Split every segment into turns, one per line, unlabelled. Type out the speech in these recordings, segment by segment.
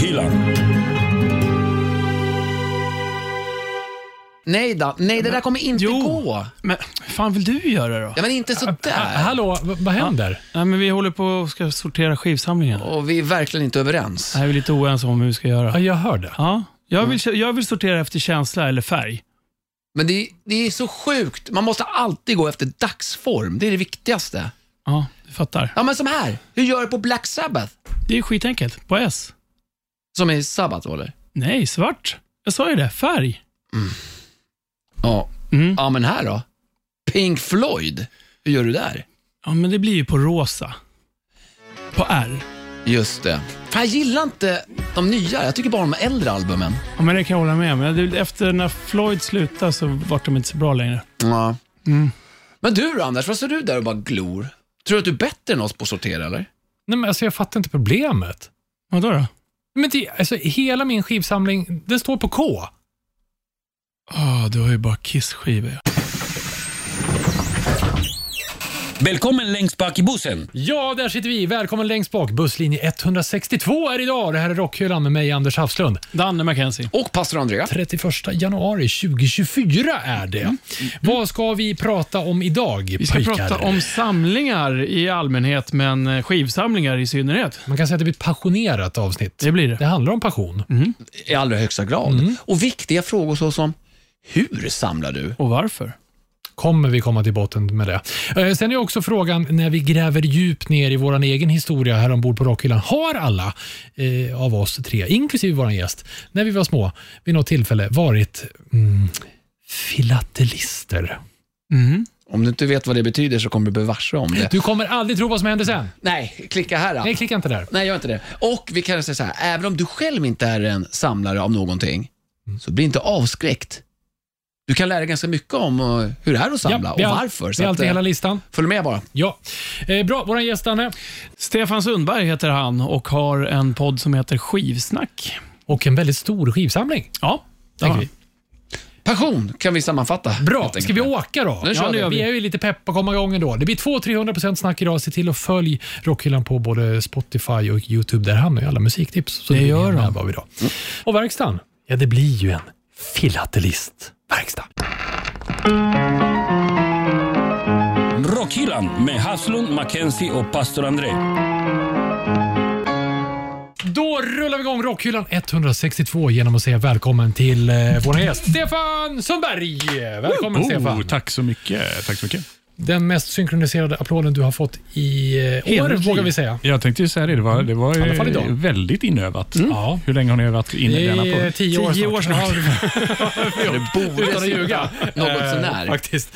Dylan.
Nej då, nej det där kommer inte gå.
Men hur fan vill du göra då?
Ja, men inte
Ha-
sådär.
Hallå, v- vad händer?
Nej, men vi håller på och ska sortera skivsamlingen.
Och vi är verkligen inte överens.
Nej, vi är lite oense om hur vi ska
Ja,
göra.
jag hör det.
Ja, jag vill, jag vill sortera efter känsla eller färg.
Men det, är- det är så sjukt. Man måste alltid gå efter dagsform. Det är det viktigaste.
Ja, du fattar.
Ja, men som här. Hur gör du på Black Sabbath?
Det är skitenkelt. På S.
Som är sabbat, eller?
Nej, svart. Jag sa ju det. Färg.
Ja.
Mm.
ja, men här då? Pink Floyd. Hur gör du där?
Ja, men det blir ju på rosa. På R.
Just det. Fan, jag gillar inte de nya. Jag tycker bara om de äldre albumen.
Ja, men det kan jag hålla med om. Men det- Efter när Floyd slutade så vart de inte så bra längre.
Ja.
Mm.
Men du då, Anders, vad står du där och bara glor? Tror du att du är bättre än oss på att sortera, eller?
Nej, men alltså, jag fattar inte problemet.
Vadå då?
Men det, alltså, hela min skivsamling, den står på K.
Ah, du har ju bara Kiss-skivor.
Välkommen längst bak i bussen.
Ja, där sitter vi. Välkommen längst bak. Busslinje 162 är idag. Det här är Rockhyllan med mig, Anders Hafslund.
Danne Mackenzie.
Och pastor Andrea.
31 januari 2024 är det. Vad ska vi prata om idag,
Mm. Vi ska
pojkar?
prata om samlingar i allmänhet, men eh, skivsamlingar i synnerhet.
Man kan säga att det blir ett passionerat avsnitt.
Det blir det.
Det handlar om passion.
I allra högsta grad.
Mm.
Och viktiga frågor såsom, hur samlar du?
Och varför?
Kommer vi komma till botten med det? Eh, Sen är också frågan, när vi gräver djupt ner i vår egen historia här ombord på Rockhyllan, har alla eh, av oss tre, inklusive vår gäst, när vi var små, vid något tillfälle varit mm, filatelister?
Om du inte vet vad det betyder så kommer du bli varse om det.
Du kommer aldrig tro vad som händer sen.
Nej, klicka här. Då.
Nej, klicka inte där.
Nej, gör inte det. Och vi kan säga så här, även om du själv inte är en samlare av någonting,
Mm.
så bli inte avskräckt. Du kan lära dig ganska mycket om eh, hur det är att samla
Ja,
och
vi har-
varför.
Vi
Så
har
att,
alltid
eh,
hela listan.
Följ med bara.
Ja. Eh, bra, vår gäst Danne.
Stefan Sundberg heter han och har en podd som heter Skivsnack.
Och en väldigt stor skivsamling.
Ja, det
tänker
har
vi.
vi.
Passion kan vi sammanfatta.
Bra,
helt enkelt.
ska vi åka då?
Nu kör
ja,
vi.
vi. vi är ju lite pepp på att komma igång ändå. Det blir 200-300% snack idag. Se till att följ Rockhyllan på både Spotify och YouTube. Där hamnar ju alla musiktips. Så
Det
blir
gör
en
de.
här var vi då. Och verkstaden? Ja, det blir ju en filatelist-verkstad.
Rockhyllan med Haslund, Mackenzie och pastor André.
Då rullar vi igång Rockhyllan 162 genom att säga välkommen till eh, vår gäst Stefan Sundberg. Välkommen Stefan.
Oh, tack så mycket. Tack så mycket.
Den mest synkroniserade applåden du har fått i eh, år,
Hela mitt liv.
vågar vi säga.
Jag tänkte ju säga det, det var, det var
alla fall idag.
eh, väldigt inövat.
Ja.
Hur länge har ni övat in i
Mm. Det
denna
är
på?
tio år
Tio
snart.
år snart.
Utan att ljuga.
Något
Eh,
sånär.
Faktiskt.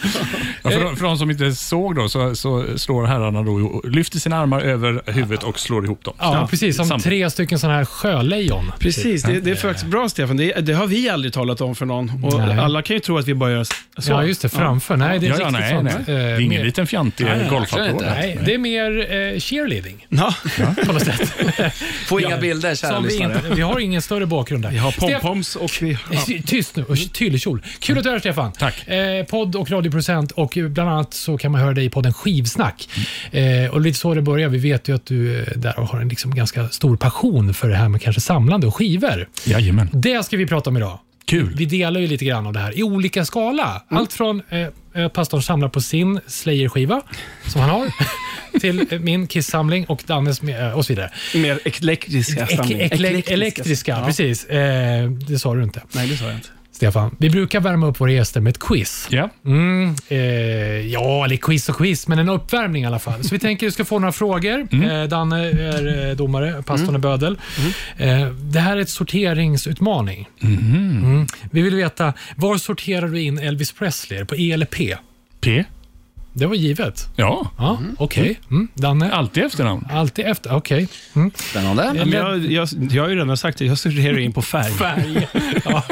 Ja, för, de- för de som inte såg då, så, så slår herrarna då, lyfter sina armar över huvudet och slår ihop dem.
Ja, precis. Som
Samtidigt.
tre stycken sådana här sjölejon. typ.
Precis, det, det är faktiskt bra Stefan. Det, det har vi aldrig talat om för någon. Och
Nej.
alla kan ju tro att vi bara gör så.
Ja, just det. Framför. Nej, det är
Ja,
riktigt
ja, nej,
sånt.
nej. Det är
Eh,
ingen
mer-
liten fjantig golfapplåd.
verkligen
Nej, det är mer eh, cheerleading
Ja.
på något sätt.
Få inga bilder, kära
Som vi,
lyssnare.
inte, vi har ingen större bakgrund där.
Vi har
Stefan-
pompoms och vi har...
Tyst nu och tyllekjol. Kul att du är här Stefan.
Tack.
Eh, podd och radioproducent och eh, bland annat så kan man höra dig i podden Skivsnack. Eh, och lite så det börjar. Vi vet ju att du eh, där har en liksom ganska stor passion för det här med kanske samlande och skivor.
Jajamän.
Det ska vi prata om idag.
Kul.
Vi delar ju lite grann av det här i olika skala. Allt från eh, eh, pastorn samlar på sin Slayer-skiva, som han har, till eh, min Kiss-samling och Dannes med, eh, och så vidare.
Mer elektriska
Ek-
stamningar.
ekle- elektriska,
Ja.
precis. Eh, det sa du inte,
Nej, det sa jag inte.
Stefan. Vi brukar värma upp våra gäster med ett quiz.
Ja.
Mm, eh, ja, eller quiz och quiz, men en uppvärmning i alla fall. Så vi tänker att du ska få några frågor. Eh, Danne är eh, domare, pastorn är bödel. Eh, det här är ett sorteringsutmaning. Mm. Vi vill veta, var sorterar du in Elvis Presley? Är det På E eller P?
P.
Det var givet.
Ja,
Ja, Okej. Mm. Danne?
alltid efternamn.
Alltid efter. Okej. Mm.
Spännande.
Ja, men jag, jag, jag har ju redan sagt det, jag sorterar in på färg.
Färg. ja.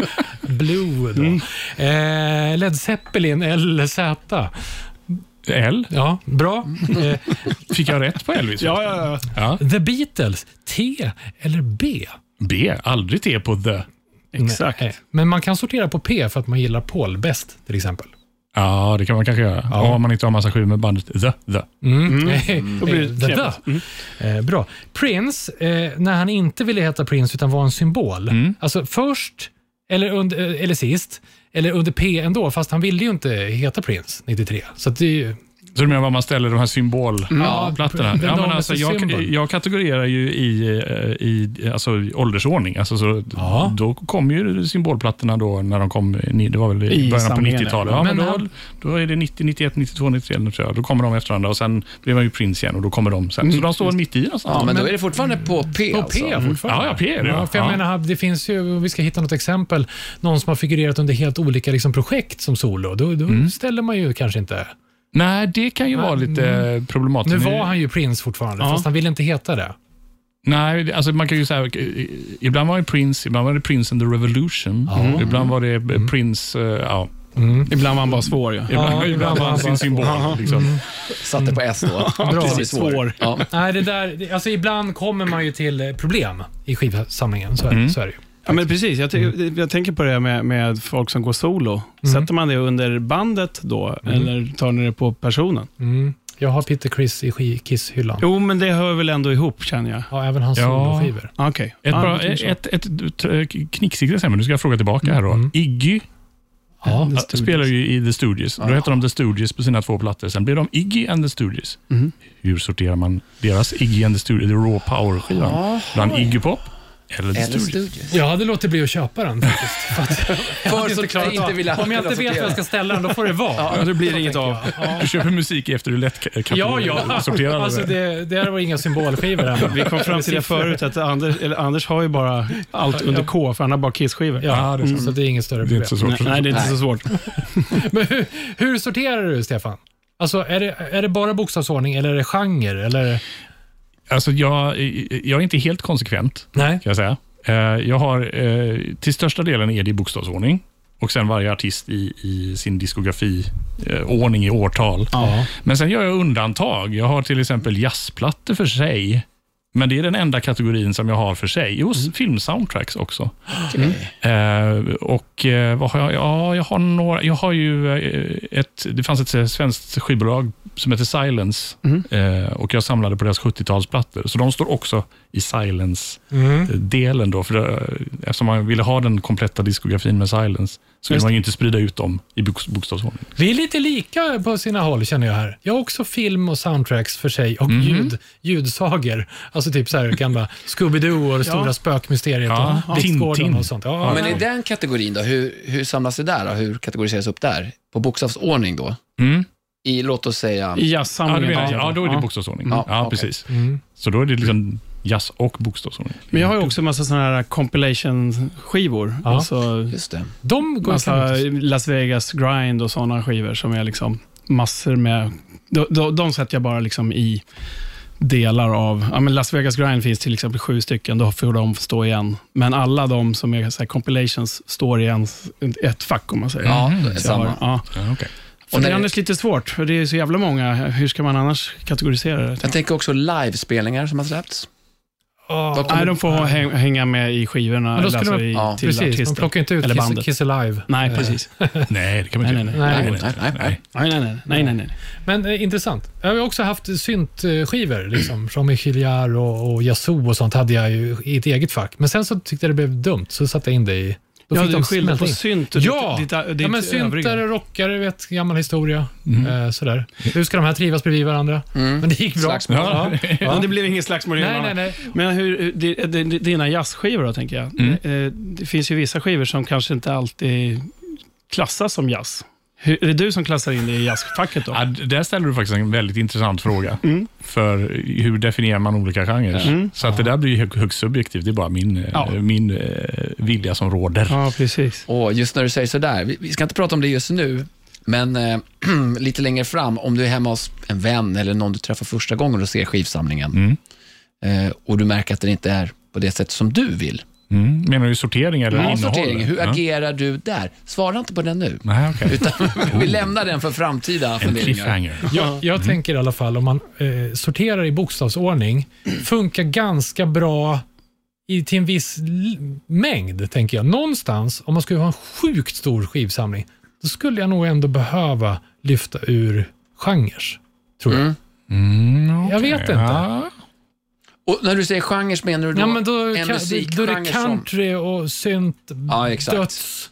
Blue då. Eh, Led Zeppelin eller Z?
L.
Ja, bra. Eh,
Fick jag rätt på Elvis?
Ja, ja, ja.
Ja.
The Beatles, T eller B?
B. Aldrig T på the.
Exakt.
Nej. Men man kan sortera på P för att man gillar Paul bäst till exempel.
Ja, det kan man kanske göra.
Ja.
Om man inte har massa skivor med bandet The. The.
Mm. Eh,
Då blir det
eh, da, da. Eh, Bra. Prince, eh, när han inte ville heta Prince utan var en symbol. Alltså först, eller, under, eh, eller sist, eller under P ändå, fast han ville ju inte heta Prince 93. Så att det är ju...
Så du menar var man ställer de här
Ja,
symbolplattorna?
den
Ja, men
dagen
alltså,
efter
jag,
symbol.
jag kategorerar ju i, eh, i alltså, i åldersordning. Alltså, så,
Ja.
Då kom ju symbolplattorna då när de kom, ni- det var väl i,
I
början på
samlingen,
90-talet.
ja.
Ja, men
Men
då,
han-
då är det 90, 91, 92, 93 eller något, tror jag. Då kommer de efter varandra och sen blir man ju prins igen och då kommer de sen. Så de står mitt i någonstans.
Ja, men då är det fortfarande på P
På
alltså.
P fortfarande.
Ja, ja, P är det, ja.
för jag
Ja.
menar, det finns ju, om vi ska hitta något exempel, någon som har figurerat under helt olika liksom, projekt som solo. Då, då ställer man ju kanske inte...
Nej, det kan ju vara lite eh,
Nu
problematiskt.
var han ju prins fortfarande, fast han ville inte heta det.
Nej, det- alltså man kan ju säga, eh, ibland var det Prince, ibland var det Prince and the Revolution, ibland var det eh, Prince, eh, ja.
Ibland var han bara svår ju.
Ibland, ibland var han sin symbol. Liksom.
Satte på S då.
Bra.
Precis, svår. Ja.
Nej, det där, det- alltså ibland kommer man ju till eh, problem i skivsamlingen. Så är, så är det ju.
Ja, men precis. Jag, ty-
Mm.
jag tänker på det här med, med folk som går solo. Sätter man det under bandet då,
Mm.
eller tar ni det på personen?
Mm. Jag har Peter Criss i ski- Kiss-hyllan.
Jo, men det hör väl ändå ihop, känner jag.
Ja, även hans
Ja.
soloskivor.
Ah, Okej.
Ett,
Ja,
bra,
det tycker jag.
ett, ett, ett knicksigt exempel, nu ska jag fråga tillbaka här då. Iggy
Ja.
ja, spelar ju i The Stooges. Då heter de The Stooges på sina två plattor. Sen blir de Iggy and The Stooges. Hur sorterar man deras Iggy and The Stooges, The Raw Power-skivan? Bland Iggy Pop eller The
Eller
Stooges?
Studios.
Jag hade låtit bli att köpa den faktiskt. För att jag hade
För så
klarat
inte
av-
ville
Om jag inte vet var jag ska ställa den, då får det vara.
Ja, då blir
Så
det inget
tänker
av.
jag. Ja.
Du köper musik efter du lätt
Ja, ja.
sorterar
Alltså det, det här var inga symbolskivor. än.
Vi kom fram till det
Siffror.
förut, att Anders, eller Anders har ju bara allt under K, för han har bara Kiss-skivor.
Ja,
Ja, det är sant.
Mm, så det är inget större
Det är
problem.
inte så
Nej,
svårt.
nej, det är inte så svårt.
Men hur, hur sorterar du, Stefan? Alltså, är det, är det bara bokstavsordning eller är det genre? Eller?
Alltså, jag, jag är inte helt konsekvent,
Nej.
kan jag säga. Eh, Jag har, eh, till största delen är det i bokstavsordning och sen varje artist i, i sin diskografi, eh, ordning i årtal.
Ja.
Men sen gör jag undantag. Jag har till exempel jazzplattor för sig. Men det är den enda kategorin som jag har för sig. Jo, s- filmsoundtracks också. Eh, och eh, vad har jag? Ja, jag har några. Jag har ju eh, ett, det fanns ett eh, svenskt skivbolag som heter Silence eh, och jag samlade på deras 70-talsplattor. Så de står också i Silence-delen då, för det, eftersom man ville ha den kompletta diskografin med Silence så vill man ju inte sprida ut dem i bok- bokstavsordning.
Vi är lite lika på sina håll känner jag här. Jag har också film och soundtracks för sig och ljud, ljudsager. Alltså typ så här gamla Scooby-Doo och det stora spökmysteriet
Ja.
och Biksgården
Tintin.
och sånt. Ja,
Men i den kategorin då, hur, hur samlas det där? Då? Hur kategoriseras upp där? På bokstavsordning då?
Mm.
I, låt oss säga,
I
Ja, du
jazzsamlingen.
menar, ja, då är det bokstavsordning.
Ja,
Ja,
okej.
precis.
mm.
Så då är det liksom jazz och bokstavsordning.
Men jag har ju också en massa sådana här compilation-skivor.
Ja.
Alltså,
just
Mm,
det.
De går
massa
alltså,
Las Vegas Grind och sådana skivor som är liksom massor med... De, de, de sätter jag bara liksom i delar av... Ja, men Las Vegas Grind finns till exempel sju stycken, då får de stå igen. Men alla de som är så här compilations står i en, ett fack om man säger.
Ja, det är
Så jag har-
samma.
Ja.
Ja, okay.
För
Och
det är
när-
annars lite svårt, för det är så jävla många. Hur ska man annars kategorisera det?
Jag tänker också livespelningar som har släppts.
Ja,
Vad
Nej,
Ah,
kommer-
de får häng- hänga med i skivorna,
Men då
eller
skulle
alltså
de-
i,
ja,
till
precis. De
artisten.
plockar inte ut
Eller
Kiss,
bandet.
Kiss Alive.
Nej,
Eh,
precis.
Nej, det kan man
Nej,
inte
nej,
göra.
nej.
det går inte.
Nej, nej, nej.
Nej, nej, nej. nej, nej, nej.
Men eh, intressant. Jag har ju också haft syntskivor, liksom, som Michiliar och, och Yazoo och sånt hade jag ju i ett eget fack. Men sen så tyckte jag det blev dumt, så satte jag in det i... Då
Ja,
fick
du
de
skiljer
smälta
på
in.
synt
Typ
och
Ja,
ditt, ditt, ditt
ja men
övriga.
syntare, rockare, vet, gammal historia.
Mm.
Eh, sådär. Hur ska de här trivas bredvid varandra? Men det gick bra.
Mm. Slagsmål.
Ja.
Ja,
Ja.
det blir ingen slagsmål i
Nej,
hyllan.
nej, nej.
Men hur, hur- di- di- dina jazzskivor då, tänker jag. Eh, Det finns ju vissa skivor som kanske inte alltid klassas som jazz. Hur, är det du som klassar in det i jazzfacket då?
Ja, d- där ställer du faktiskt en väldigt intressant fråga. För hur definierar man olika genrer? Så att det där blir ju hög- högst subjektivt. Det är bara min, eh,
Ja.
min eh, vilja som råder.
Ja, precis.
Och just när du säger sådär, vi, vi ska inte prata om det just nu, men eh, lite längre fram, om du är hemma hos en vän eller någon du träffar första gången och ser skivsamlingen
Mm.
eh, och du märker att den inte är på det sätt som du vill.
Mm. Menar du sortering eller
Mm.
Ja,
innehåll?
sortering, hur
Ja.
agerar du där? Svara inte på den nu,
Nej, okej.
utan vi lämnar den för framtida
En
funderingar.
cliffhanger.
Jag,
Mm.
jag tänker i alla fall om man eh, sorterar i bokstavsordning, funkar ganska bra i, till en viss l- mängd, tänker jag. Någonstans, om man skulle ha en sjukt stor skivsamling, då skulle jag nog ändå behöva lyfta ur genrer. Tror jag.
Mm.
Mm,
Jag
okej.
vet inte.
Ja.
Och när du säger genre menar du då
Ja, men då,
en
kan, då är
musikgenre
det country och synt,
Ja, exakt.
döds.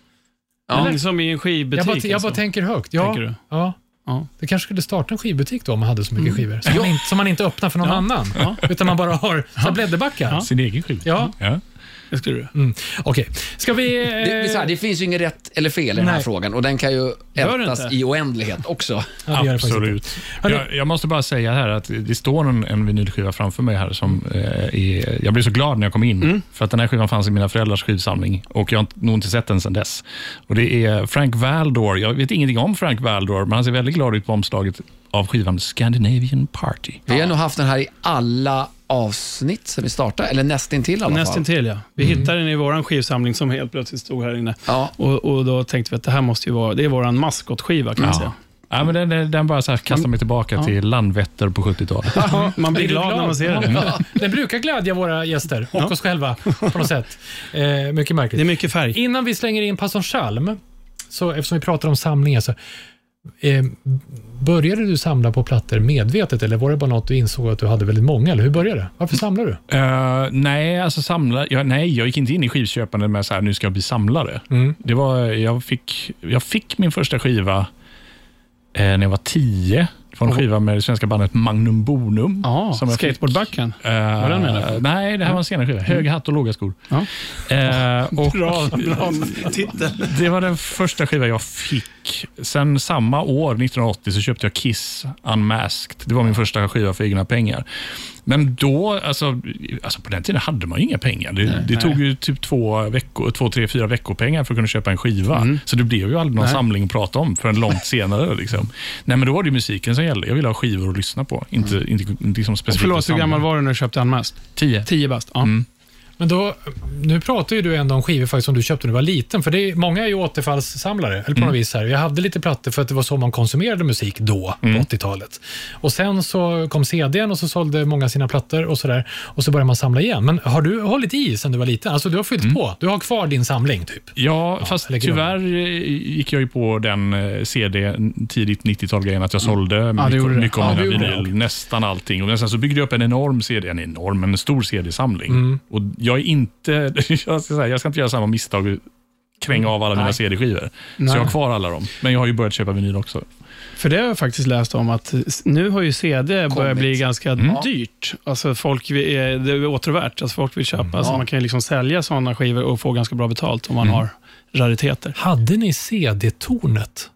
Ja.
Eller som liksom i en skivbutik.
Jag bara, jag bara
alltså.
tänker högt. Ja,
Tänker du?
Ja.
Ja.
Det kanske skulle starta en skivbutik då om man hade så mycket
Mm.
skivor. Som, man inte, som man inte öppnar för någon annan. Utan man bara har så här blädderbackar. Ja.
Sin egen skiva.
Ja.
Det skulle du.
Mm. Okej, ska vi... Eh,
Det, det, är så här, det finns ju inget rätt eller fel i den här
Nej.
frågan och den kan ju
Gör det
ältas
inte?
i oändlighet också.
ja, det gör det faktiskt inte.
Absolut.
Hörni-
Jag, jag måste bara säga här att det står en, en vinylskiva framför mig här som eh, är, jag blev så glad när jag kom in,
Mm.
för att den här skivan fanns i mina föräldrars skivsamling och jag har inte- nog inte sett den sedan dess. Och det är Frank Valdor. Jag vet ingenting om Frank Valdor, men han ser väldigt glad ut på omslaget av skivan Scandinavian Party.
Vi har nog haft den här i alla avsnitt sen vi startade, eller nästintill i alla fall.
Nästintill ja. Vi hittade den i vår skivsamling som helt plötsligt stod här inne.
Ja.
Och, och då tänkte vi att det här måste ju vara, det är vår maskotskiva kan man säga.
Ja, men den- den, den bara så här kastar mig tillbaka till Landvetter på 70-talet.
Man blir
Är du
glad, när man ser den.
Ja. Den brukar glädja våra gäster och oss själva på något sätt. Eh, mycket märkligt.
Det är mycket färg.
Innan vi slänger in Passon Chalm, så eftersom vi pratar om samlingar, så, eh, började du samla på plattor medvetet eller var det bara något du insåg att du hade väldigt många? Eller hur började det? Varför samlar du?
Eh, nej, alltså samla, jag, nej, jag gick inte in i skivköpande med så här, nu ska jag bli samlare.
Mm.
Det var, jag, fick, jag fick min första skiva eh, när jag var tio. Det var en skiva med det svenska bandet Magnum Bonum.
Ja,
som jag fick.
skateboardbacken.
Eh,
Var den med där?
nej, det här var en senare skiva. Hög hatt och låga skor.
Ja.
Eh, och
Bra, bra titel.
det var den första skiva jag fick. Sen samma år, 1980, så köpte jag Kiss Unmasked. Det var min första skiva för egna pengar. Men då, alltså, alltså på den tiden hade man ju inga pengar. Det, det tog ju typ två, veckor, två, tre, fyra veckopengar för att kunna köpa en skiva.
Mm.
Så det blev ju aldrig någon samling att prata om förrän långt senare. Liksom. Nej, men då var det ju musiken som gällde. Jag ville ha skivor att lyssna på. Inte, inte, inte liksom specifikt
Mm. Förlåt, hur
samling.
gammal var du när du köpte den mest?
Tio.
Tio bast. Ja.
Mm. Men då, nu pratar ju du ändå om skivor faktiskt som du köpte när du var liten. För det är, många är ju återfallssamlare. Eller på något vis här. Jag hade lite plattor för att det var så man konsumerade musik då, på 80-talet. Och Sen så kom CDn och så sålde många sina plattor och sådär. Och så började man samla igen. Men har du hållit i sen du var liten? Alltså du har fyllt på. Du har kvar din samling typ.
Ja, fast
lägger de.
tyvärr eh, gick jag ju på den eh, CD tidigt 90-tal-grejen att jag sålde
det
mycket,
gjorde du.
mycket av
Mm. Ja,
mina
det gjorde
vinyl, nästan allting. Och sen så byggde jag upp en enorm CD, en enorm, men en stor CD-samling.
Mm.
Och jag är inte, jag ska, säga, jag ska inte göra samma misstag och kränga av alla mina CD-skivor. Så jag har kvar alla dem. Men jag har ju börjat köpa vinyl också.
För det har jag faktiskt läst om att s- nu har ju CD börjat
Kommit.
bli ganska
Mm.
dyrt. Alltså folk, vi- eh, det är återvärt, alltså folk vill köpa.
Mm.
Så man kan ju liksom sälja sådana skivor och få ganska bra betalt om man har rariteter.
Hade ni CD-tornet?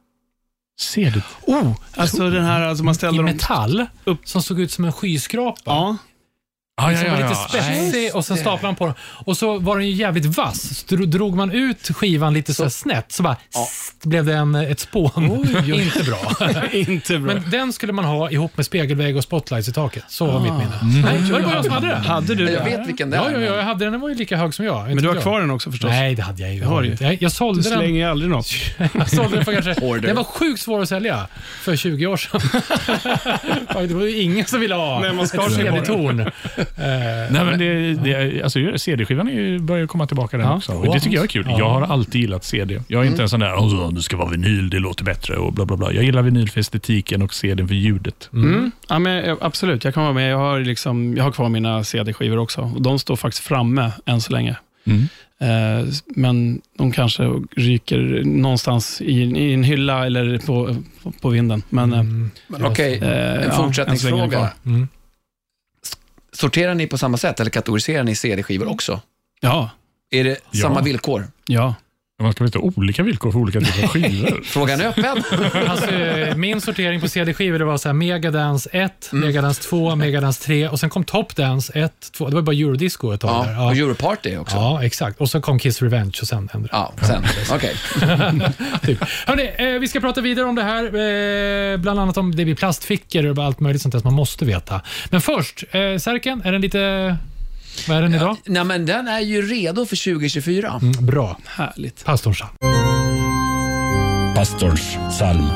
CD?
Oh, alltså den här, alltså man
I
ställer dem...
metall?
upp-
Som såg ut som en skyskrapa?
Ja,
Ah,
Som var lite spetsig och sen staplade man på den. Och så var den ju jävligt vass. Så dro- drog man ut skivan lite så här snett så bara sst, blev det en, ett spån. Inte bra.
inte bra.
Men den skulle man ha ihop med spegelvägg och spotlights i taket. Så var mitt minne. Nej, var det bara jag som hade den?
Hade du
Jag
det?
vet vilken det
Ja,
är.
ja, ja,
men-
jag hade den. Den var ju lika hög som jag. Inte
Men du har
jag.
kvar den också förstås?
Nej, det hade jag ju.
har du.
inte. Jag, jag
Du
sålde den.
slänger ju aldrig något.
Jag sålde den för kanske...
Order.
Den var sjukt svår att sälja för 20 år sedan. det var ju ingen som ville ha
Nej, man skar
ett
sig bara. Mm.
CD-torn.
Nej, men det, det, alltså, CD-skivan är ju- börjar ju komma tillbaka den också. Och det tycker jag är kul. Jag har alltid gillat CD. Jag är inte en sån där, "Åh, det ska vara vinyl, det låter bättre och bla bla bla. Jag gillar vinyl för estetiken och CD för ljudet.
Mm. Ja, men, eh, absolut, jag kan vara med. Jag har, liksom, jag har kvar mina CD-skivor också. Och de står faktiskt framme än så länge.
Mm.
Eh, men de kanske ryker någonstans i, i en hylla eller på, på vinden. Men, eh,
Men Okej,
eh,
en
ja, än så länge är det
fortsättningsfråga.
kvar.
Mm.
Sorterar ni på samma sätt eller kategoriserar ni CD-skivor också?
Ja,
Är det
Ja.
samma villkor?
ja.
Man ska väl inte ha olika villkor för olika typer av skivor?
Frågan är öppen.
Alltså, eh, min sortering på CD-skivor det var så här Megadance 1,
Mm.
Megadance 2, Megadance 3 och sen kom Top Dance 1, 2. Det var bara Eurodisco ett tag. där.
ja, och
Ja.
Europarty också. Ja,
ja, exakt. Och så kom Kiss Revenge och sen hände det.
sen. Okej.
Typ. Hörrni, eh, vi ska prata vidare om det här. Eh, bland annat om det blir plastfickor och allt möjligt sånt där som man måste veta. Men först, eh, Särken, är den lite... Vad är den idag?
Nej, men den är ju redo för 2024.
Mm, bra.
Härligt.
Pastorsan.
Pastorns psalm.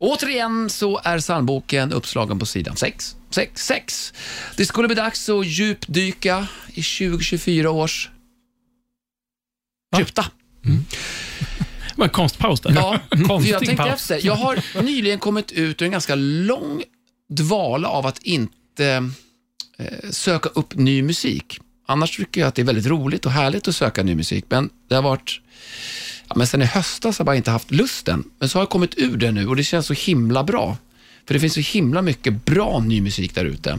Återigen så är psalmboken uppslagen på sidan 6. 6, 6. Det skulle bli dags att djupdyka i 2024 års krypta.
var en konstpaus där.
Ja, för jag
Konstig
tänkte
paus.
efter. Jag har nyligen kommit ut ur en ganska lång dvala av att inte eh, söka upp ny musik. Annars tycker jag att det är väldigt roligt och härligt att söka ny musik, men det har varit... Ja, men sen i höstas har jag bara inte haft lusten. Men så har jag kommit ur det nu och det känns så himla bra. För det finns så himla mycket bra ny musik där ute.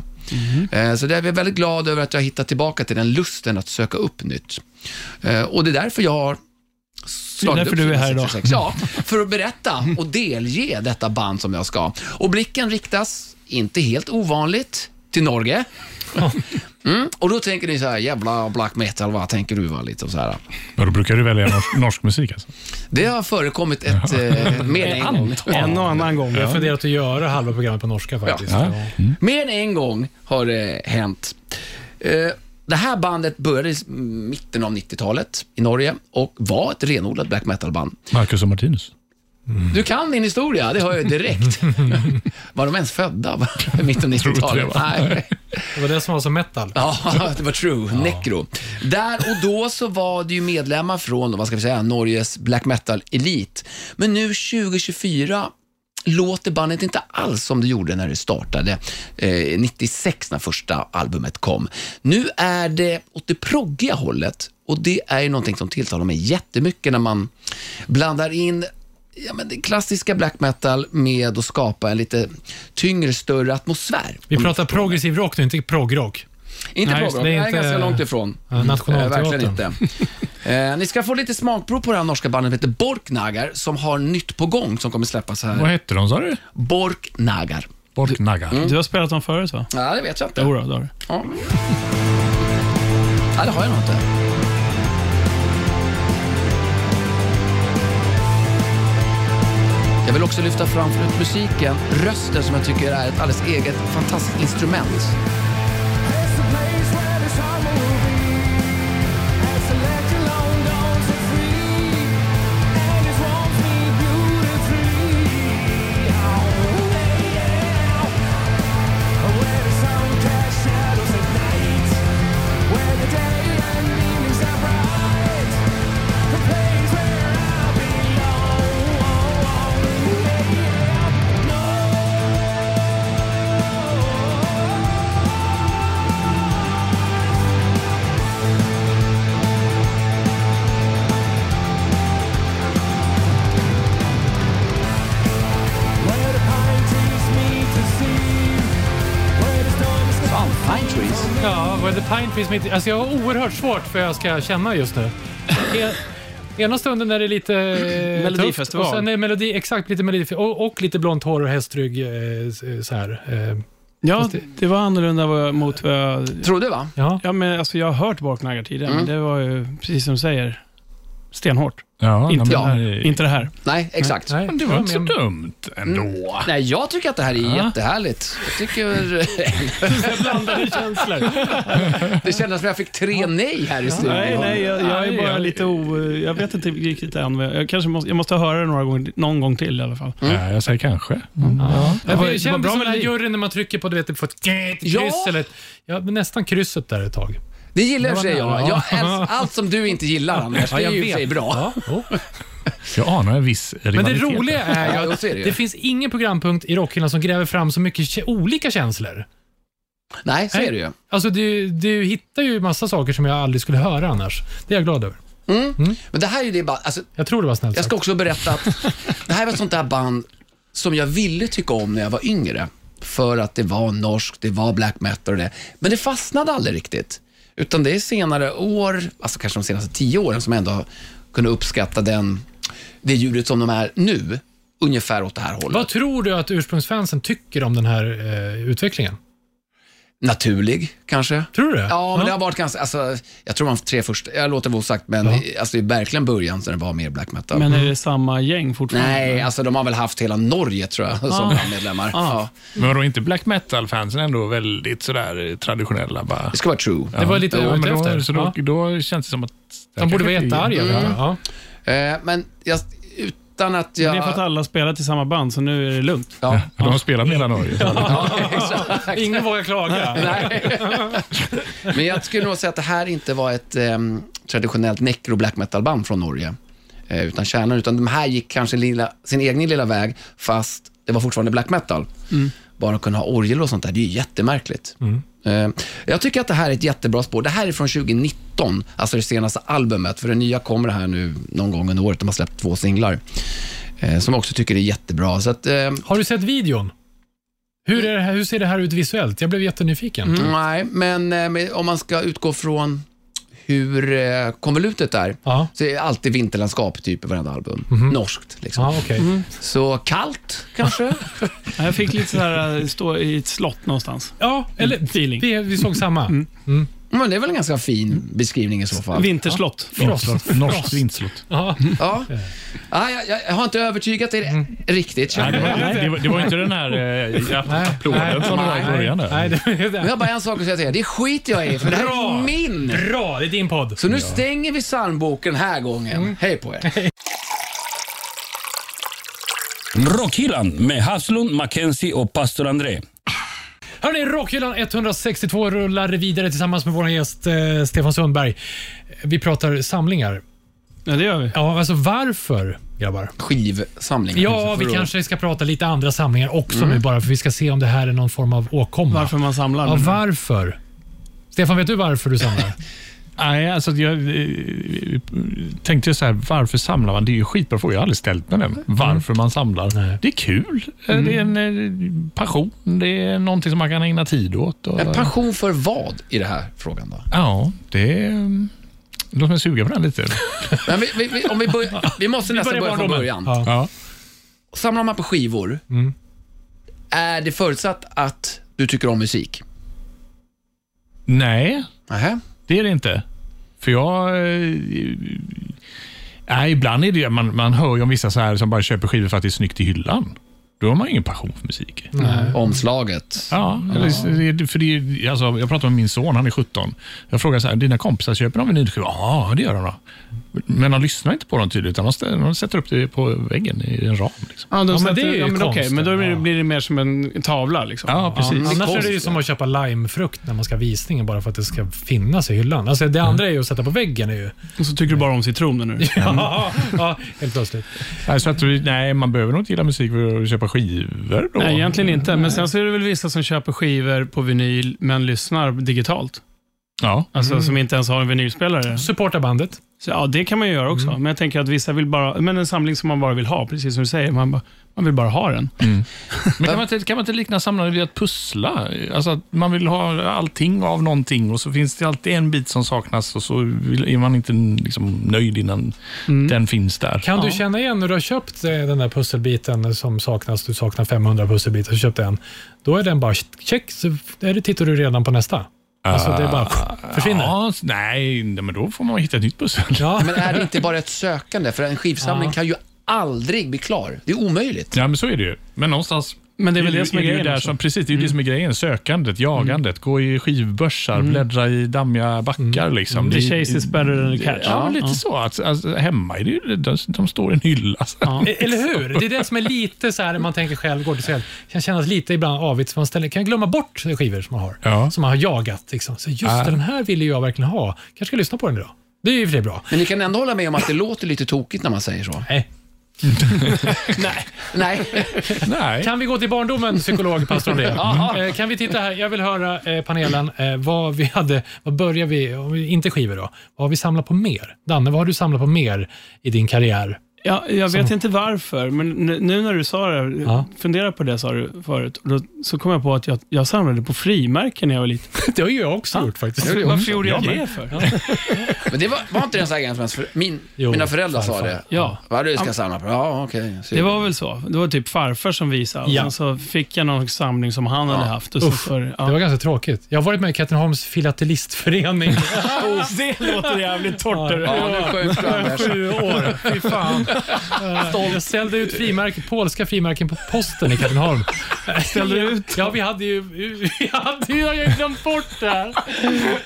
Eh, Så det är jag väldigt glad över att jag har hittat tillbaka till den lusten att söka upp nytt. Eh, Och det är därför jag har slagit
Det är därför
upp
du är här
66. Ja, för att berätta och delge detta band som jag ska. Och blicken riktas, inte helt ovanligt, till Norge. Mm. Och då tänker ni så här, jävla black metal, vad tänker du? Va? Lite och så här.
Ja, då brukar du välja norsk, norsk musik alltså.
Det har förekommit ett eh, mer än en gång.
En och annan gång.
Jag har funderat att göra halva programmet på norska faktiskt.
Ja.
Mer än en gång har det hänt. Eh, Det här bandet började i s- mitten av 90-talet i Norge och var ett renodlat black metal-band.
Marcus och Martinus.
Du kan din historia, det hör jag direkt. Var de ens födda i mitten av
Tror
90-talet?
inte det, va?
Nej.
Det var det som var så metal.
Ja, det var true. Necro. Där och då så var det ju medlemmar från, vad ska vi säga, Norges black metal-elit. Men nu 2024 låter bandet inte alls som det gjorde när det startade eh, 96 när första albumet kom. Nu är det åt det proggiga hållet och det är ju någonting som tilltalar mig jättemycket när man blandar in ja, men det klassiska black metal med att skapa en lite tyngre, större atmosfär.
Vi pratar progressiv rock nu, inte progrock.
Inte
Nej,
Nej,
just
pågång.
det,
Det
det är
är
inte-
ganska långt ifrån.
Ja, Nationalteatern.
Eh, verkligen inte. Eh, ni ska få lite smakprov på det här norska bandet som heter Borknagar som har nytt på gång som kommer släppas
Vad
här.
hette de sa du? Mm.
Borknagar.
Borknagga.
Du har spelat dem förut va?
Mm. Ja, det vet jag inte.
Jo då, det har du.
Ja. Nej, det har jag nog inte. Jag vill också lyfta fram, förutom musiken, rösten som jag tycker är ett alldeles eget fantastiskt instrument.
Oh,
Fan, Pine Trees.
Ja, Where the Pine Trees Meet... Alltså jag har oerhört svårt för jag ska känna just nu. E- Ena stunden är det lite eh,
Melodifestival.
tufft, och sen är melodi, exakt lite melodifestival och, och lite blont hår och hästrygg eh, s- så här. Eh,
Ja, det var annorlunda vad jag- mot vad jag...
Tror du, va?
ja.
Ja, men alltså, jag har hört Barknaggar tidigare,
Mm.
men det var ju, precis som du säger, stenhårt.
Ja,
Inte,
nej,
det
men-
här. inte det här.
Nej, exakt.
Nej,
Men det var inte så
men-
dumt ändå.
Nej, jag tycker att det här är jättehärligt. Jag tycker...
Blandade känslor.
det kändes som jag fick tre nej här i studion.
Nej, nej, jag, jag är
Nej,
bara
jag-
lite o... Jag vet inte riktigt än. vad Jag, jag, kanske måste, jag måste höra det några gånger, någon gång till i alla fall.
Ja, jag säger kanske.
Ja.
Det var-
Jag
det var
kände
bra
som den här
melodi.
juryn när man trycker på du vet, det får ett kryss
Ja.
eller ett, ja, men nästan krysset där ett tag.
Det gillar i och för sig jag.
Ja.
jag älskar allt som du inte gillar, Anders, det är ju i och för sig bra.
Ja, jo.
Jag anar en viss
Men det
rivalitet.
roliga är
Ja,
ju
jo,
att
så är det ju.
det finns ingen programpunkt i Rockhyllan som gräver fram så mycket ke- olika känslor.
Nej, så
Nej.
är det ju.
Alltså du, du hittar ju massa saker som jag aldrig skulle höra annars. Det är jag glad över.
Men det här är ju det bara... Alltså,
Jag tror det var snällt
jag ska
sagt.
också berätta att det här var ett sånt där band som jag ville tycka om när jag var yngre. För att det var norskt, det var black metal och det. Men det fastnade aldrig riktigt. Utan det är senare år, alltså kanske de senaste tio åren, som jag ändå kunde uppskatta den, det ljudet som de är nu. Ungefär åt det här hållet.
Vad tror du att ursprungsfansen tycker om den här eh, utvecklingen?
Naturlig, kanske.
Tror du det?
Ja, men det har varit ganska, alltså, jag tror de tre första, jag låter det vara osagt, men i- alltså, i verkligen början så det var mer black metal.
Men är det samma gäng fortfarande?
Nej, alltså de har väl haft hela Norge tror jag som bandmedlemmar. Ja.
Men vadå, inte black metal-fansen ändå väldigt sådär eh, traditionella? Bara.
Det ska vara true.
Det var lite
Ja,
året
men då,
efter.
Så då,
Ja.
då känns det som att...
De borde vara
kanske-
jättearga. över det här. Ja.
Eh, men jag, utan att
Det
jag...
är för att alla spelar till samma band, så nu är det lugnt.
ja.
De har spelat med hela Norge.
ja, exakt.
Ingen vågar klaga.
Nej. men jag skulle nog säga att det här inte var ett ehm, traditionellt necro black metal-band från Norge. eh, utan kärnan. Utan de här gick kanske lilla, sin egen lilla väg, fast det var fortfarande black metal. Bara att kunna ha orgel och sånt där, det är ju jättemärkligt. Eh, Jag tycker att det här är ett jättebra spår. Det här är från 2019, alltså det senaste albumet. För det nya kommer här nu någon gång under året. De har släppt två singlar. eh, Som jag också tycker är jättebra. Så att, eh,
Har du sett videon? Hur, är det här, hur ser det här ut visuellt? Jag blev jättenyfiken.
Nej, men eh, men om man ska utgå från hur eh, konvolutet är,
Ja. Mhm.
så är det alltid vinterlandskap typ i varenda album. Norskt liksom.
Mm. Ja, okej.
Så kallt kanske?
Ja, Jag fick lite så här, eh, stå i ett slott någonstans.
Ja, eller
Feeling.
vi, vi såg samma.
Mm. men det är väl en ganska
Mm.
fin beskrivning i så fall.
Vinterslott.
Norskt- Norskt vinslott.
Ja. Mm.
Ja. Ja, jag, jag har inte övertygat er riktigt.
Nej, det,
känner jag.
var, det, var, det var inte den här eh, app- applåden som det var i början. där.
Nej, det,
Men
det,
jag har bara en sak att säga till er. Det skiter jag i, för det här
Bra.
är min.
bra, det är din podd.
Så nu stänger vi psalmboken den här gången.
Mm.
Hej på er.
Rockhyllan med Haslund, Mackenzie och pastor André.
Hörni, Rockhyllan 162 rullar vidare tillsammans med vår gäst eh, Stefan Sundberg. Vi pratar samlingar.
Ja, det gör vi.
Ja, alltså varför, grabbar?
Skivsamlingen.
Ja, vi kanske ska prata lite andra samlingar också
Mm.
nu bara för vi ska se om det här är någon form av åkomma.
Varför man samlar.
Ja, varför? Stefan, vet du varför du samlar?
Nej, alltså jag eh, tänkte så här, varför samlar man? Det är ju en skitbra fråga. Jag har aldrig ställt mig den. Varför man samlar?
Nej.
Det är kul. Eh, Det är en eh, passion. Det är någonting som man kan ägna tid åt. Och,
Men Passion för vad i den här frågan då?
Ja, det är... mm, Låt mig suga på den lite.
Men vi, vi, vi, om vi, börjar, vi måste
Alltså,
nästan börja från början.
Ja.
Ja.
Samlar man på skivor, är det förutsatt att du tycker om musik?
Nej,
Nähä.
det är det inte. För jag... eh, Nej, ibland är det ju- man, man hör ju om vissa så här som bara köper skivor för att det är snyggt i hyllan. Då har man ju ingen passion för musik.
Omslaget.
Ja, eller- för det, är- alltså, jag pratade med min son, han är 17. Jag frågade så här, dina kompisar, köper de vinylskivor? Ja, det gör de. Då. Men de lyssnar inte på dem tydligen, utan de, ställer, de sätter upp det på väggen i en ram. Liksom.
Ja, de
men
sätter-
det är ju
ja, men, okej,
konsten,
men då blir det,
ja.
blir det mer som en tavla. Liksom.
Ja, precis.
Annars är
konst,
det ju som att köpa limefrukt när man ska ha visningen bara för att det ska finnas i hyllan. Alltså, det
Mm.
andra är ju att sätta på väggen. Är ju.
Och så tycker du bara om citroner nu.
Ja, ja, helt plötsligt.
Nej, så att, vi- nej, man behöver nog inte gilla musik för att köpa skivor. Då.
Nej, egentligen inte. Men sen så är det väl vissa som köper skivor på vinyl, men lyssnar digitalt.
Ja.
Alltså som inte ens har en vinylspelare.
Supporta bandet.
Så, ja, det kan man ju göra också. Men jag tänker att vissa vill bara... Men en samling som man bara vill ha, precis som du säger. Man, bara, man vill bara ha den.
Men kan man, inte, kan man inte likna samlande vid att pussla? Alltså, att man vill ha allting av någonting och så finns det alltid en bit som saknas och så vill, är man inte liksom, nöjd innan den finns där.
Kan du känna igen när du har köpt eh, den där pusselbiten som saknas, du saknar 500 pusselbitar, så köpte en. Då är den bara check, så är det, tittar du redan på nästa. Alltså det är bara
Ah.
försvinner. Ja.
Ja, nej, nej, men då får man hitta ett nytt pussel.
Men är det inte bara ett sökande? För en skivsamling kan ju aldrig bli klar. Det är omöjligt.
Ja, men så är det ju. Men någonstans...
Men det är väl det som är grejen
där
också.
som, Precis, det är ju det som är grejen. Sökandet, jagandet, gå i skivbörsar, bläddra i dammiga backar. Liksom.
The chase is better than the catch.
Ja, men lite så. Att, alltså, hemma är det ju, de, de står i en hylla. Ja.
Eh, Eller hur? Det är det som är lite så här, man tänker själv, går till sig själv. kan kännas lite ibland avigt, för man ställer, kan glömma bort skivor som man har,
Ja.
som man har jagat. Liksom. Så just
Ah.
det, den här ville jag verkligen ha. kanske ska lyssna på den idag. Det är ju i och för sig bra. Eh,
Men ni kan ändå hålla med om att det låter lite tokigt när man säger så.
Nej.
Nej.
Nej.
Kan vi gå till barndomen, psykolog, pastor André? Eh, Kan vi titta här? Jag vill höra eh, panelen eh, vad vi hade, vad börjar vi, om vi- inte skivor då, vad har vi samlat på mer? Danne, vad har du samlat på mer i din karriär?
Ja, jag vet inte varför, men n- nu när du sa det,
Ja.
fundera på det sa du förut, och då, så kom jag på att jag, jag samlade på frimärken när jag var liten.
Det har ju jag också gjort faktiskt. Mm.
Varför gjorde jag det för?
Men det var, var inte ens agent ens för min,
Jo,
Mina föräldrar sa
farfar.
det.
Ja.
Vad du ska samla på? Ja, okej.
Det var väl så. Det var typ farfar som visade. och
Ja.
Sen så fick jag någon samling som han hade haft. Och så
Uff,
för, ja.
Det var ganska tråkigt. Jag har varit med i Katrineholms filatelistförening Oh,
det låter jävligt torrt.
Ja.
Ja, nu sjönk du Anders.
sju år. Fy fan. Eh, Jag ställde ut frimärken, polska frimärken på posten i Katrineholm. Ställde du ut? Ja, vi hade ju... Vi hade ju jag har ju glömt bort det här.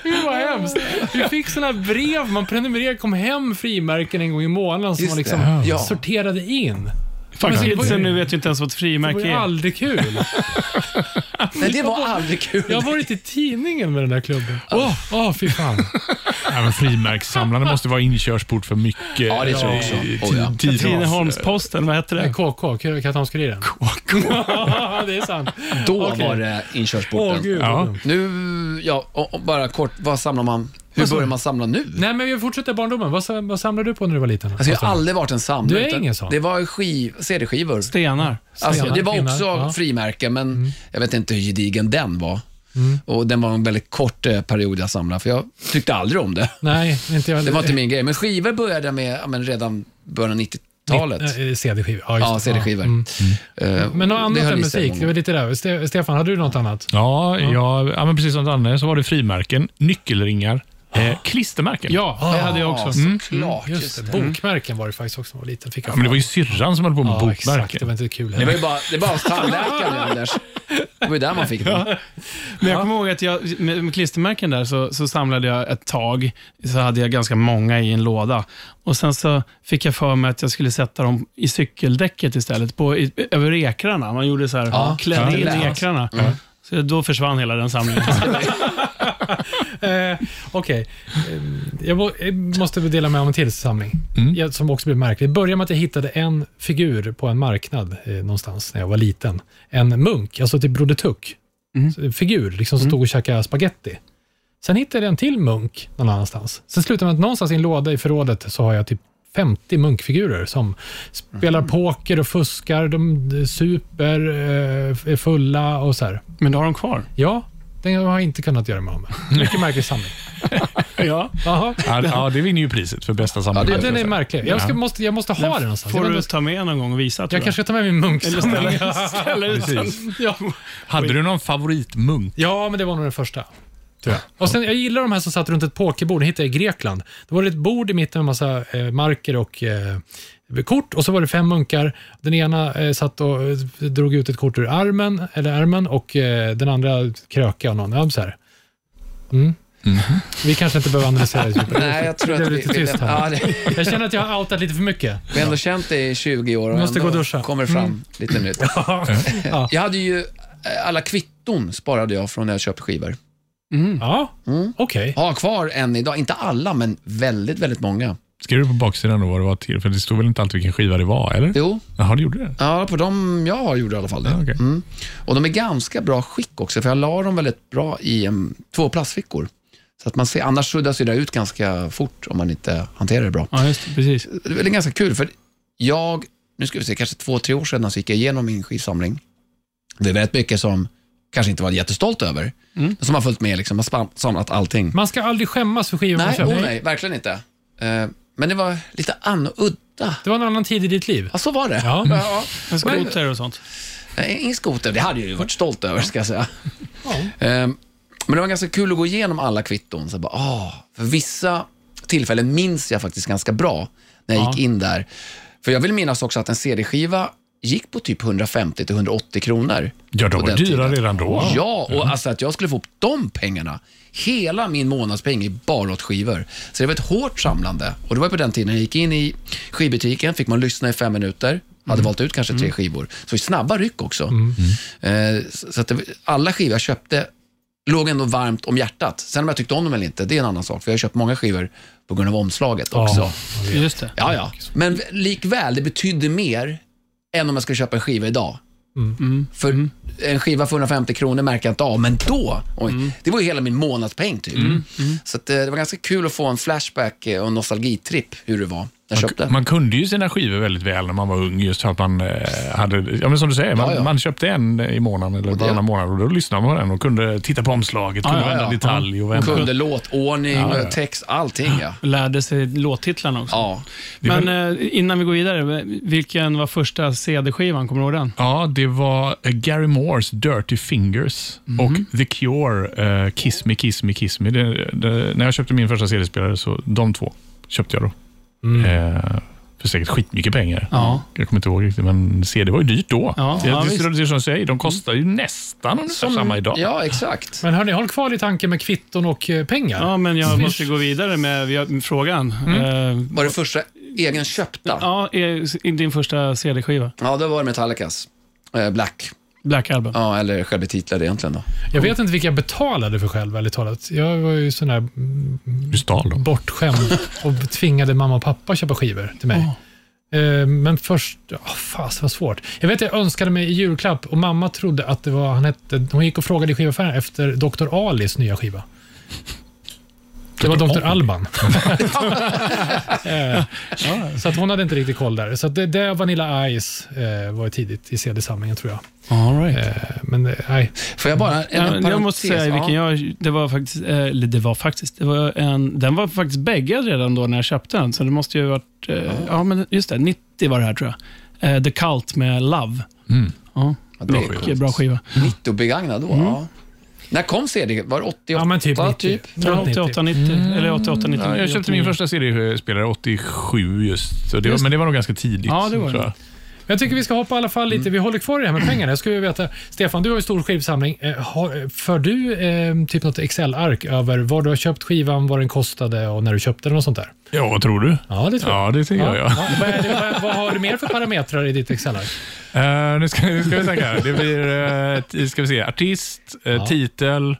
Gud vad hemskt. Vi fick sådana här brev. Man prenumererade, kom hem frimärken en gång i månaden som
Just
man liksom
det. Ja.
sorterade in.
Faktiskt,
Men det var ju-
nu vet ju inte ens vad ett
Det var
frimärke
ju
är.
aldrig kul.
Nej, det var aldrig kul.
Jag har varit i tidningen med den där klubben. Åh, åh, fy fan.
Ja, men frimärkssamlande måste vara inkörsport för mycket. eh,
Ja, det tror jag också. Oh, ja.
Katrineholms-Posten, vad hette det?
KK, Katrineholms-Kuriren. KK. det är sant.
Då
Okej.
var det
Åh,
inkörsporten.
gud.
Ja.
Nu, ja, och, och bara kort, vad samlar man? Hur börjar man samla nu?
Nej, men vi fortsätter barndomen. Vad, sam- vad samlade du på när du var liten?
Alltså, jag har aldrig varit en samlare.
Du är
utan
ingen sån.
Det var skiv, CD-skivor.
Stenar.
Alltså, det var
pinnar,
också
ja. Mm.
frimärke, men jag vet inte hur gedigen den var. Och Den var en väldigt kort eh, period jag samlade, för jag tyckte aldrig om det.
Nej, inte jag
Det var inte min grej. Men skivor började jag med ja, men redan början av 90-talet.
Mitt- eh, CD-skivor. Ja, just
Ja,
det.
CD-skivor.
Mm.
Eh,
Men något
det
annat
höll
än
i sig
musik?
många
Det var lite där. Ste- Stefan, hade du något annat?
Ja, ja. ja men precis som Danne så var det frimärken, nyckelringar, eh, klistermärken.
Ja,
det hade jag också. Mm.
Ja, Mm. såklart.
Mm. Just det. Bokmärken var det faktiskt också när jag var liten. Fick jag
Men det var ju syrran som höll på med
ja, exakt. Det
bokmärken.
var inte kul
Det var
heller.
ju bara, det var hos tandläkaren, Anders. Det var ju där man fick det.
Men jag kommer ihåg att jag, med, med klistermärken där så, så samlade jag ett tag. Så hade jag ganska många i en låda. Och Sen så fick jag för mig att jag skulle sätta dem i cykeldäcket istället, på, i, över ekrarna. Man gjorde så här,
Ja,
klädde
ja.
in ekrarna. Så då försvann hela den samlingen.
Eh, Okej, Eh, jag må- jag måste dela med om en till samling Jag- som också blev märklig. Det började med att jag hittade en figur på en marknad eh, någonstans när jag var liten. En munk, alltså typ Broder Tuck. Så, en Figur liksom, som stod och käkade spaghetti. Sen hittade jag en till munk någon annanstans. Sen slutade med att någonstans i en låda i förrådet så har jag typ 50 munkfigurer som spelar poker och fuskar, de super, eh, är fulla och så här.
Men då har de kvar.
Ja, den har jag inte kunnat göra mig av med. Mycket märklig samling.
Ja.
Jaha.
Ja, det- ja, det vinner ju priset för bästa samling.
Ja,
Ja,
det
den är
kan jag
märklig. Jag, ska,
Ja.
måste, jag måste ha den någonstans.
får
jag,
du ta med någon gång och visa. tror
jag kanske ska ta med min munk.
Eller ställa, ställa ut den. Ja.
säga. Hade du någon favoritmunk?
Ja, men det var nog den första. Tror jag. Och sen, jag gillar de här som satt runt ett pokerbord. Det hittade jag i Grekland. Det var ett bord i mitten med massa eh, marker och eh, kort och så var det fem munkar. Den ena eh, satt och eh, drog ut ett kort ur armen, eller ärmen och eh, den andra krökade av någon. Ja, så här. Mm. Vi kanske inte behöver analysera det. djupare.
Nej, jag tror
Det
att
blev
vi...
lite tyst här.
Ja, det,
Jag känner att jag har outat lite för mycket.
vi har ändå känt det i 20 år och
Måste
ändå
gå och duscha. Mm.
kommer fram lite nytt.
Ja.
Jag hade ju eh, alla kvitton sparade jag från när jag köpte skivor.
Mm.
Ja, okej.
Jag har kvar än idag, inte alla, men väldigt, väldigt många.
Skrev du på baksidan då vad det var till? För det stod väl inte alltid vilken skiva det var, eller?
Jo,
Jaha, det gjorde det?
ja, på de jag har gjorde i alla fall det.
Ah,
Ja, okej.
mm. Och de är ganska bra skick också, för jag la dem väldigt bra i em, två plastfickor. Så att man ser, annars suddas ju det ut ganska fort om man inte hanterar det bra.
Ja, just det. Precis.
Det är väl ganska kul, för jag, nu ska vi se, kanske två, tre år sedan så gick jag igenom min skivsamling. Det är väldigt mycket som kanske inte var jättestolt över, men som har följt med, liksom, har spam- samlat allting.
Man ska aldrig skämmas för skivor man
Nej,
köper.
oh, nej, verkligen inte. Eh, men det var lite annorlunda.
Det var en annan tid i ditt liv.
Ja, så var det.
Ja.
Ja,
En skoter och sånt.
Nej, Eh, Ingen skoter, det hade jag ju varit stolt över ska jag säga. Ehm, Men det var ganska kul att gå igenom alla kvitton. Så jag bara, ah, för vissa tillfällen minns jag faktiskt ganska bra när jag gick in där. För jag vill minnas också att en CD-skiva gick på typ 150-180 kronor.
Ja, de
på
var
den
dyra
tiden.
redan då.
Ja, och alltså att jag skulle få upp de pengarna. Hela min månadspeng i bara åt skivor. Så det var ett hårt samlande. Och det var på den tiden jag gick in i skivbutiken, fick man lyssna i fem minuter. Hade valt ut kanske tre skivor. Så det var snabba ryck också. Eh, så så att det, alla skivor jag köpte låg ändå varmt om hjärtat. Sen om jag tyckte om dem eller inte, det är en annan sak. För jag har köpt många skivor på grund av omslaget också.
Just det.
Ja, ja. Men likväl, det betydde mer än om jag skulle köpa en skiva idag. Mm. För en skiva för 150 kronor märker jag inte av, men då, oj, det var ju hela min månadspeng typ. Så att, eh, det var ganska kul att få en flashback eh, och en nostalgitripp hur det var när jag köpte.
Man kunde ju sina skivor väldigt väl när man var ung, just för att man eh, hade, ja men som du säger, man,
Ja, ja.
man köpte en i månaden eller varannan månad och då lyssnade man på den och kunde titta på omslaget, kunde
ja,
vända
ja.
detalj och vända.
Kunde låtordning, text, allting ja.
Lärde sig låttitlarna också.
ja.
Men eh, innan vi går vidare, vilken var första CD-skivan? Kommer du ihåg den?
Ja, det var eh, Gary Moores Dirty Fingers
Mhm.
och The Cure eh, Kiss Me, Kiss Me, Kiss Me. Det, det, när jag köpte min första CD-spelare, så de två köpte jag då. Eh, för säkert skitmycket pengar.
Mm. Ja.
Jag kommer inte ihåg riktigt, men CD var ju dyrt då.
Ja,
det,
ja,
det,
visst.
det, är som du säger, de kostar ju nästan ungefär samma idag.
Ja, exakt.
Men hörni, håll kvar i tanken med kvitton och eh, pengar.
Ja, men jag måste gå vidare med, vi har- med frågan. Eh,
Var det första egen köpta?
ja, är- din första CD-skiva.
Ja, det var Metallicas eh, Black.
Black Album.
Ja, eller självbetitlade egentligen då.
Jag vet inte vilka jag betalade för själv, ärligt talat. Jag var ju sån där
Du stal dem.
bortskämd och tvingade mamma och pappa att köpa skivor till mig. Eh, Men först, oh, fast vad svårt. Jag vet jag önskade mig i julklapp och mamma trodde att det var, han hette, hon gick och frågade i skivaffären efter Dr. Alis nya skiva. Det var Dr. Alban. Eh, så att hon hade inte riktigt koll där. Så att det, det Vanilla Ice eh, var tidigt i CD-samlingen tror jag.
All right.
Eh, men eh, nej,
Får jag bara... En,
Ja,
en
men Eh, jag måste
parentes,
säga
ja.
vilken jag... Det var faktiskt... eh, Eller det var faktiskt... Det var en, den var faktiskt bäggad redan då när jag köpte den, så det måste ju ha varit... eh, Ja, men just det. 90 var det här, tror jag. Eh, The Cult med Love.
Mm.
Ja,
Ja,
Bra
det är
skiva.
mycket bra skiva.
Nitt och begagnad då. Ja. När kom CD? Var det 88?
Ja, men typ 90.
typ.
Ja,
88, 90. Eller 88, 90.
Ja, jag köpte min första CD-spelare 87 just, så det var, men det var nog ganska tidigt.
Ja, det var
tror
det.
jag.
Men jag tycker vi ska hoppa i alla fall
Mm.
lite. Vi håller kvar i det här med pengarna. Jag skulle vilja veta, Stefan, du har ju stor skivsamling. Eh, har- För du eh, typ något Excel-ark över var du har köpt skivan, vad den kostade och när du köpte den och sånt där?
Ja, vad tror du?
Ja, det tror jag.
Ja, det tycker jag. Ja.
Ja, vad, är det, vad, vad har du mer för parametrar i ditt Excel-ark?
Eh, nu, ska, nu ska vi tänka. här. Det blir eh, t- ska vi se, artist, eh, titel,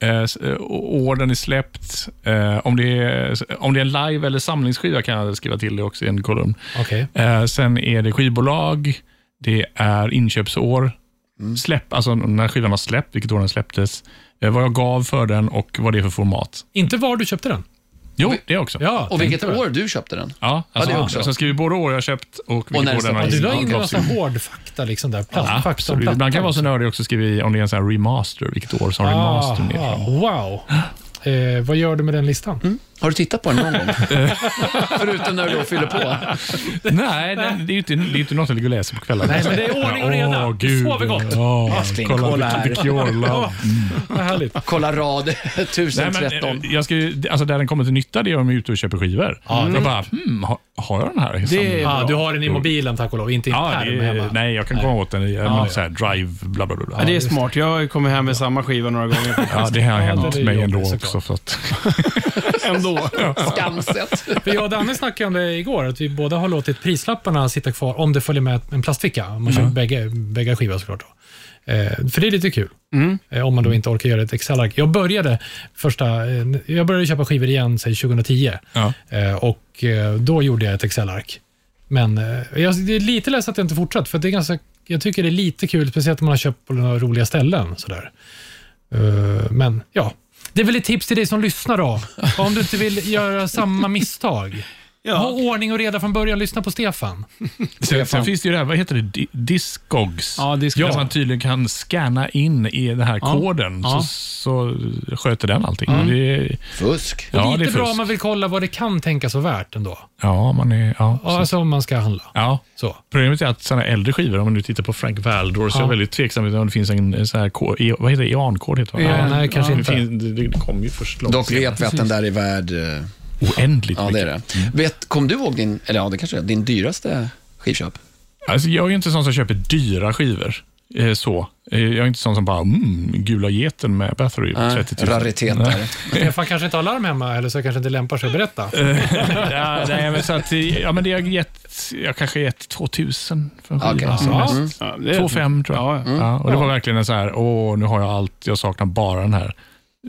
Ja.
eh, s- eh, år den är släppt. Eh, om, det är, om det är en live eller samlingsskiva kan jag skriva till det också i en kolumn.
Okej.
Eh, sen är det skivbolag, det är inköpsår, släpp, alltså när skivan har släppt, vilket år den släpptes, eh, vad jag gav för den och vad det är för format.
Inte var du köpte den?
Jo, det också.
Ja,
Och vilket
tänkte jag.
år du köpte den?
Ja, alltså,
Ja, det
ja,
också.
Så jag skriver både år jag köpt
när
och vilket år
det
den har
Ja, du la
har
in en
gavs
massa hårdfakta liksom där.
Ja,
Plastfakta
absolut. Ibland kan jag vara så
plattan.
nördig också och skriva i om det är en sån här remaster, vilket år som remastern
Ah,
är.
Wow. Eh, vad gör du med den listan?
Mm.
Har du tittat på den någon gång? Förutom när du då fyller på.
Nej, det, det är ju inte, det är ju inte något jag ligger och läser på kvällarna.
Nej, men det är ordning och reda.
Åh, gud.
Sover gott.
Åh,
Älskling,
kolla,
kolla här.
The Cure Love.
Vad härligt.
Kolla rad
Nej,
1013.
men, eh, jag ska, ju- alltså, där den kommer till nytta, det är om jag är ute och köper skivor. Mm. Jag bara, hmm, har, har jag den här?
Det är
Ja,
bra.
du har den i mobilen tack och lov, inte i en
Mm. ja,
pärm
det,
hemma.
är- nej, jag kan komma åt den i ja,
ja.
Så här, drive, bla bla bla. bla.
Ja, det är
just det.
smart. Jag har ju kommit hem med samma skiva några gånger.
Ja, det har hänt
det är
mig
jobbigt,
ändå
såklart.
också. Så att,
Ändå.
Skamset.
För jag och Danne snackade om det igår, att vi båda har låtit prislapparna sitta kvar om det följer med en plastficka. Om man kör bägge, bägge skivor såklart. Då. Eh, för det är lite kul. Eh, om man då inte orkar göra ett Excel-ark. Jag började, första, eh, jag började köpa skivor igen säg 2010.
ja.
Eh, och eh, då gjorde jag ett Excel-ark. Men eh, jag det är lite ledsen att jag inte fortsatt, för det är ganska, jag tycker det är lite kul, speciellt om man har köpt på några roliga ställen. Sådär. Eh, men ja, det är väl ett tips till dig som lyssnar då. Om du inte vill göra samma misstag. Ha
Ja.
ordning och reda från början, lyssna på Stefan.
Sen, sen finns det ju det här, vad heter det, Di- Discogs?
Ja, Discogs.
Där man tydligen kan scanna in i den här koden
Ja.
Så, så sköter den allting. Det, är-
Fusk.
ja, det är
lite bra
fusk.
om man vill kolla vad det kan tänkas vara värt ändå.
Ja, man är... Ja,
Ja,
så-
alltså om man ska handla.
ja.
Så.
Problemet är att sådana äldre skivor, om man nu tittar på Frank Valdor, så är jag väldigt tveksam till om det finns en så här, ko- e- vad heter det, EAN-kod heter det, va?
Ja, nej, kanske
det,
inte.
Finns, det, det kom ju först långt
Dock
senare.
vet vi att den där är värd... eh,
Oändligt
Ja, det är
mycket.
det. Vet, kom du ihåg din, eller ja, det kanske är, din dyraste skivköp?
Alltså, jag är ju inte sån som köper dyra skivor. Eh, så. Eh, jag är inte sån som bara, mm, gula geten med Bathory,
Nej,
30 000.
Raritet där.
Stefan kanske inte har larm hemma, eller så kanske inte lämpar sig att berätta.
ja, nej, men så att, eh, ja, men det har jag gett, jag kanske gett 2000 för en skiva.
Okej.
som
Ja.
mest.
Mm.
Ja, det är-
2,5 tror jag.
Ja, ja.
Ja, och det var verkligen en så här, åh, nu har jag allt, jag saknar bara den här.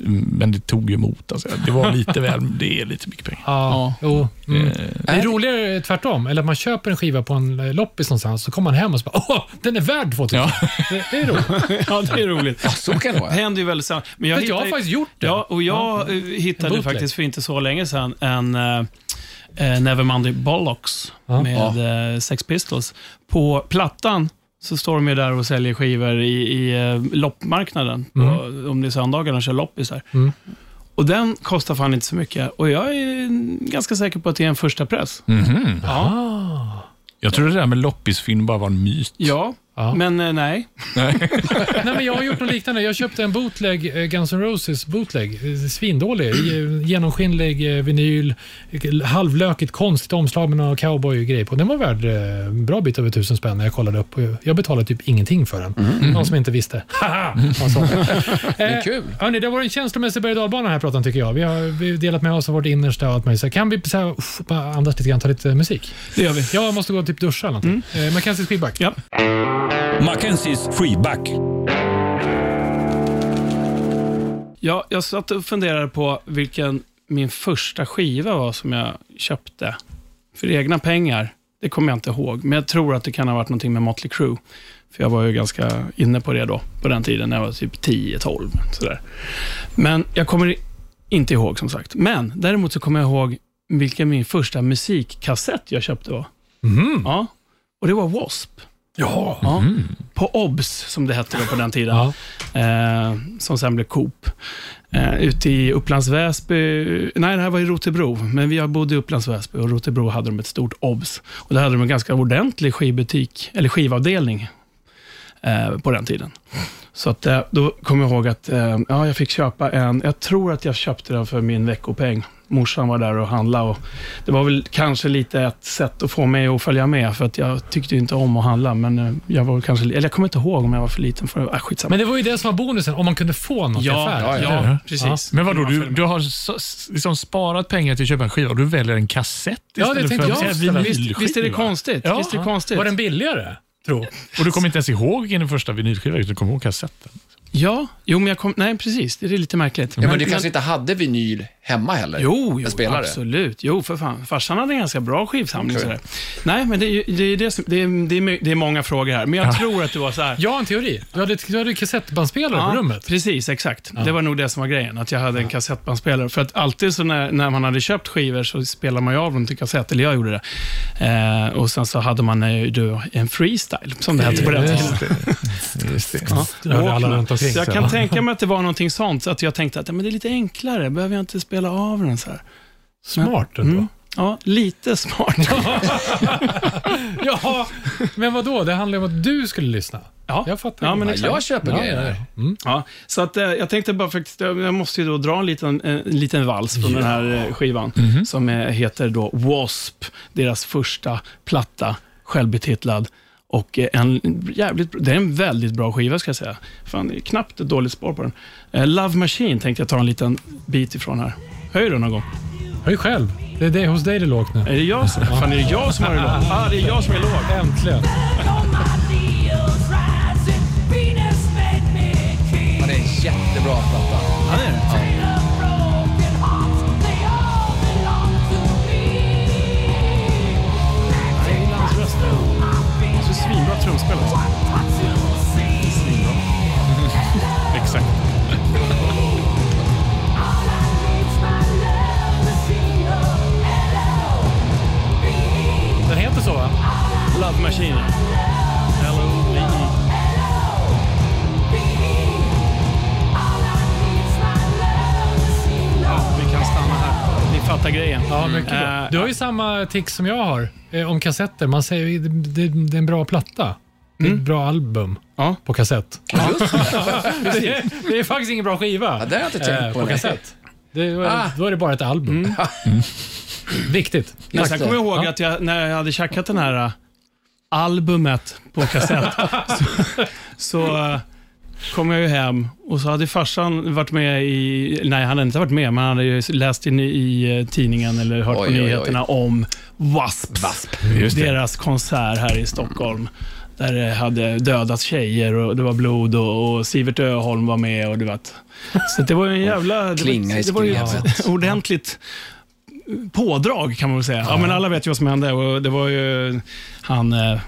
Mm, Men det tog ju emot. Alltså. Det var lite väl, det är lite mycket pengar.
Ja, jo. Mm. Det är
Är-
roligare tvärtom, eller att man köper en skiva på en eh, loppis någonstans, så kommer man hem och så bara åh, den är värd 2000. Det, det är roligt.
ja, det är roligt.
Ja, så kan det
Det
vara.
händer ju väldigt sällan. Men
Jag,
jag
jag har
hittar ju-
faktiskt gjort det.
Ja, och jag eh, hittade
bootleg.
faktiskt för inte så länge sedan en eh, eh, Nevermonday Bollocks
Ja.
med eh, Sex Pistols. På plattan så står de ju där och säljer skivor i, i eh, loppmarknaden, på, om det är söndagar de kör loppisar.
Mm.
Och den kostar fan inte så mycket och jag är ganska säker på att det är en första press.
Mm.
Mhm.
Ja,
Ah.
Jag trodde det där med loppisfynd bara var en myt.
ja,
Ja.
men eh, nej.
Nej, men jag har gjort något liknande. Jag köpte en bootleg, eh, Guns N' Roses bootleg, eh, svindålig, eh, genomskinlig eh, vinyl, eh, halvlökigt, konstigt omslag med några cowboy-grej på. Den var värd eh, en bra bit över tusen spänn när jag kollade upp. Och jag- Jag betalade typ ingenting för den. Någon som inte visste. Haha! Det
är kul.
Hörni, det var en känslomässig berg och dalbana den här pratan tycker jag. Vi har vi har delat med oss av vårt innersta och allt möjligt. Så Kan vi så här, uff, bara andas lite grann, ta lite musik?
Det gör vi.
Jag måste gå och typ duscha eller någonting. Mm. Eh, Mackenzies feedback.
Ja.
Mackenzies Freeback.
Jag, jag satt och funderade på vilken min första skiva var som jag köpte för egna pengar. Det kommer jag inte ihåg, men jag tror att det kan ha varit någonting med Motley Crue. För jag var ju ganska inne på det då, på den tiden, när jag var typ 10-12. Sådär. Men jag kommer inte ihåg som sagt. Men däremot så kommer jag ihåg vilken min första musikkassett jag köpte var.
Mhm.
Ja, och det var W.A.S.P. Ja.
Mm.
På OBS, som det hette då på den tiden. Eh, som sen blev Coop. Eh, ute i Upplands Väsby, nej det här var i Rotebro, men vi bodde i Upplands Väsby och Rotebro hade de ett stort OBS. Och där hade de en ganska ordentlig skivbutik, eller skivavdelning eh, på den tiden. Så att, eh, då kommer jag ihåg att eh, ja, jag fick köpa en, jag tror att jag köpte den för min veckopeng. Morsan var där och handlade och det var väl kanske lite ett sätt att få mig att följa med för att jag tyckte ju inte om att handla men eh, jag var väl kanske, eller jag kommer inte ihåg om jag var för liten för det. Äh, skitsamma.
Men det var ju det som var bonusen, om man kunde få något i
Ja, ja,
affären.
ja,
Ja.
precis.
Men vadå,
Man
du,
följer med.
du har så, s- liksom sparat pengar till att köpa en skiva och du väljer en kassett
Ja, det
istället
tänkte jag
för en
ställa.
vinylskiva?
Visst är det konstigt?
Ja.
Visst är det konstigt?
Var den billigare? Tro.
Och du kommer inte ens ihåg vilken den första vinylskivan är, utan du kommer ihåg kassetten.
Ja, jo men jag kom... Nej, precis. Det är lite märkligt.
Ja, men du kanske inte hade vinyl hemma heller?
Jo, jo
En spelare.
absolut. Jo, för fan. Farsan hade en ganska bra skivsamling. Sådär. Nej, men det är, ju- det, är det, som, det, är, det, är, my- det är många frågor här, men jag tror att det var så här.
Jag har en teori. Du hade, du hade kassettbandspelare på rummet.
Precis, exakt. Det var nog det som var grejen, att jag hade en kassettbandspelare. För att alltid så när, när man hade köpt skivor så spelade man ju av dem till kassett, eller jag gjorde det. Eh, och sen så hade man eh, då en freestyle, som det hette på den tiden.
Just det.
Det hörde alla runt omkring
Så jag
sen.
kan tänka mig att det var någonting sånt, så att jag tänkte att ja, men det är lite enklare, behöver jag inte spela av den så här.
Smart ändå.
Ja, lite smart.
Ja, men vad då? Det handlar ju om att du skulle lyssna.
Ja.
Jag fattar. Mm.
Ja, men
Ja,
exakt.
jag köper
Ja,
grejer.
ja, ja.
Ja, så att, eh, jag tänkte bara faktiskt, jag jag måste ju då dra en liten, en liten vals från den här eh, skivan,
Mhm.
som eh, heter då W.A.S.P., deras första platta, självbetitlad. Och eh, en jävligt, bra- det är en väldigt bra skiva ska jag säga. Fan, det är knappt ett dåligt spår på den. Eh, Love Machine tänkte jag ta en liten bit ifrån här. Höj den någon gång.
Höj själv. Det är det, hos dig det är lågt nu.
Är det jag som, fan, är det jag som har det lågt? Ah, det är jag som är låg.
Äntligen.
Ja, det är en jättebra platta.
Ja, det är det. Så Alltså, svinbra trumspel också.
Exakt.
Den heter så, va?
Love Machine. Ja, vi kan stanna här. Ni fattar grejen.
Ja, mycket bra.
Eh,
Du har ju samma tics som jag har eh, om kassetter. Man säger ju det, det, det är en bra platta. Det är ett bra album
Mm. Ja.
på kassett.
precis.
Det, det är faktiskt ingen bra skiva
Ja, det har jag inte tänkt
eh,
på.
på
nej.
kassett. Det, då är-
Ah.
Då är det bara ett album.
Mm.
Viktigt.
Men sen kommer jag ihåg att jag, när jag hade tjackat den här äh, albumet på kassett, så, så äh, kom jag ju hem och så hade farsan varit med i, nej han hade inte varit med, men han hade ju läst in i, i eh, tidningen eller hört
Oj,
på
oj, oj.
nyheterna om Wasps,
Just det.
deras konsert här i Stockholm. Där det hade dödat tjejer och det var blod och, och Sivert Öholm var med och du vet. Så det var ju en jävla... det var-
Klinga i
det var ju
skrevet.
ordentligt pådrag kan man väl säga. Ja, men alla vet ju vad som hände och det var ju han, eh,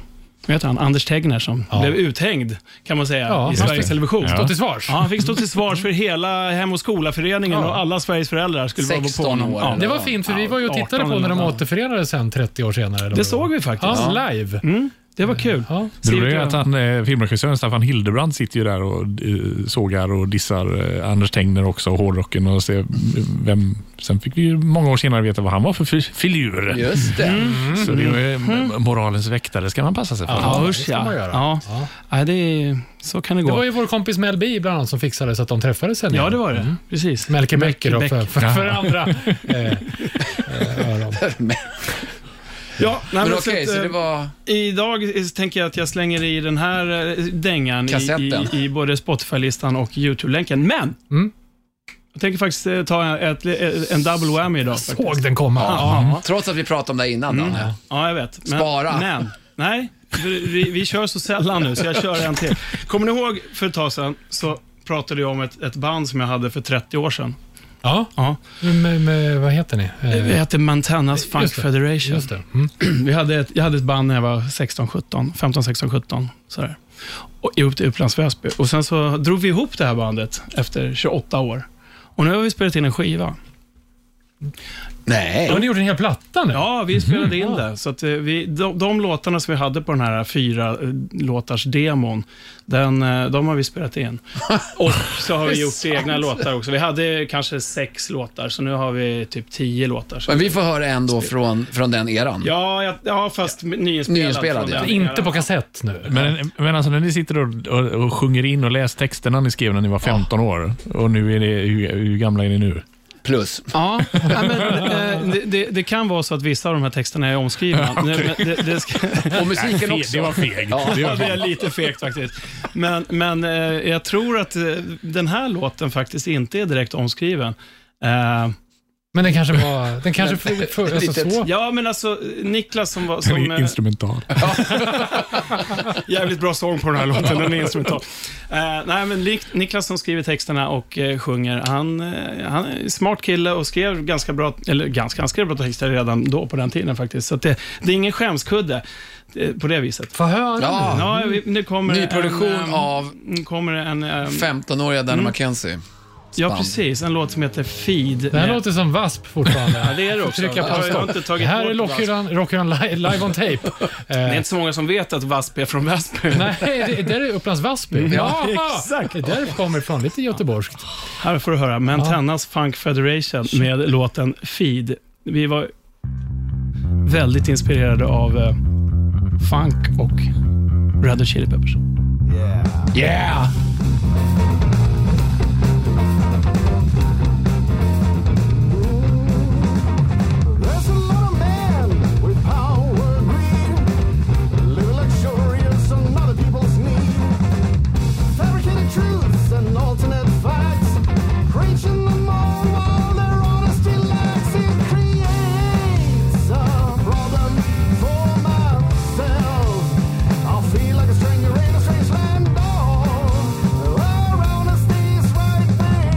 vad heter han, Anders Tegner som blev uthängd kan man säga
Ja,
i
just
Sveriges
det.
Television.
Stå till svars.
Ja, han fick stå till svars för hela Hem och skola-föreningen och alla Sveriges föräldrar skulle vara på
16
honom.
år.
Ja.
Det var fint, för vi var ju och
18
tittade på när de
eller något.
återförenades sen 30 år senare. eller vad
Det
var.
såg vi faktiskt.
Ja, live.
Mm, det var kul.
Ja.
Det
Sivert
roliga är
Öholm.
att han, eh, filmregissören Staffan Hildebrand sitter ju där och eh, sågar och dissar eh, Anders Tegner också och hårdrocken. Och ser eh, vem. Sen fick vi ju många år senare veta vad han var för fi- filur.
Just det.
Så det är ju eh, moralens väktare ska man passa sig för.
Ja,
det
usch
ska
ja.
man göra.
ja. ja det är, så kan det gå.
Det var ju vår kompis Mel B bland annat som fixade så att de träffades sen.
ja,
igen.
det var det. Precis.
Melker Becker då, för, för, för andra. eh, eh, öron.
men alltså
Ja, nej,
men
men
okej,
att,
så
eh,
det var...
Idag eh, tänker jag att jag slänger i den här eh, dängan i,
Kassetten.
i, i både Spotify-listan och YouTube-länken. Men!
Mm.
Jag tänker faktiskt eh, ta ett, ett, en double
Alltså,
whammy idag. faktiskt.
Såg den komma. Ja.
Mm.
Trots att vi pratade om det här innan, Danne.
Ja, jag vet. Men,
Mm. Spara.
Men Nej, för vi, vi kör så sällan nu, så jag kör en till. Kommer ni ihåg för ett tag sedan, så pratade jag om ett, ett band som jag hade för 30 år sedan.
Ja.
Ja.
Med, med, vad heter ni? Eh,
Det hette Mantanas Funk
Just det.
Federation.
Just det. Mm.
Vi hade ett, jag hade ett band när jag var 16, 17, 15, 16, 17. Sådär. Och upp till Upplands Väsby. Och sen så drog vi ihop det här bandet efter 28 år. Och nu har vi spelat in en skiva.
Nej.
Har ni gjort en hel platta nu?
Mhm. Ja, vi spelade in det. Så att eh, vi, de, de låtarna som vi hade på den här fyra eh, låtars demon, den, eh, de har vi spelat in. Och så har vi gjort egna låtar också. Vi hade kanske sex låtar, så nu har vi typ tio låtar. Så-
Men vi får höra en då från, från den eran.
Ja, jag, ja, fast nyinspelad.
Nyinspelad,
från
ja.
den
Inte
eran.
på kassett nu.
Men, men alltså när ni sitter och, och, och sjunger in och läser texterna ni skrev när ni var 15 år och nu är det, hur, hur gamla är ni nu?
Plus.
Ja, nej, men, eh, det, det, det kan vara så att vissa av de här texterna är omskrivna. Nej, men det, det, ska,
Och musiken
Fe-
också.
det var feg.
Ja.
Det
ja,
var
det
feg.
är lite fegt faktiskt. Men, men eh, jag tror att eh, den här låten faktiskt inte är direkt omskriven. Eh,
Men den kanske var... Den kanske för, för, alltså,
Litet-
så.
ja, men alltså Niklas som var
Den
som,
är
eh,
instrumental.
jävligt bra sång på den här låten, den är instrumental. Eh, nej, men Lik- Niklas som skriver texterna och eh, sjunger, han, eh, han är en smart kille och skrev ganska bra, eller ganska, han skrev bra texter redan då på den tiden faktiskt. Så att det, det är ingen skämskudde eh, på det viset.
Få höra
Ja.
Ja,
Mm.
vi, nu kommer det
Nyproduktion
en, ehm,
av
nu kommer det en... ehm,
15-åriga Danny McKenzie.
ja,
band.
precis. En låt som heter Feed.
Det här
med-
låter som VASP
Ja,
fortfarande.
det är det också.
Trycka på
jag, har- jag har
stopp.
inte
Det
tagit
här
bort
är
Wasp.
Rockhyllan Rockhyllan li- live on tape.
Det är
Eh,
inte så många som vet att Wasp är från Väsby.
Nej, det, det där är Upplands Väsby. Ja,
exakt.
Det där kommer ifrån. Lite göteborgskt.
Här får du höra Mantanas Funk Federation med låten Feed. Vi var väldigt inspirerade av eh, funk och Red Hot Chili Peppers.
Yeah!
There's a little man with power greed, living luxurious on other people's need. Fabricated truths and alternate facts, preaching them all while their honesty lacks. It creates a problem for myself. I feel like a stranger in a strange land. Oh, where honesty's right thing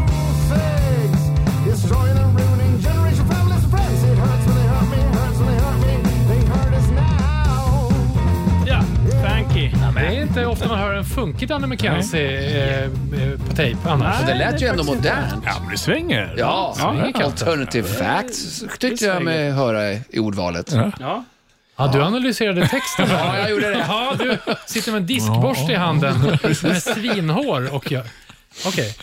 fixed, destroying and ruining generation families and friends. It hurts when they hurt me. Hurts when they hurt me. They hurt us now.
Ja, funky.
Det är inte ofta man hör en funkig Danne McKenzie eh, eh, på tejp annars.
Det lät ju ändå modernt.
Ja, men det svänger.
Ja,
svänger kanske.
alternative facts tyckte jag mig höra i ordvalet.
Ja.
Ja, du analyserade texten.
Ja, jag gjorde det.
Ja, du sitter med en diskborste i handen med svinhår och gör... Okej.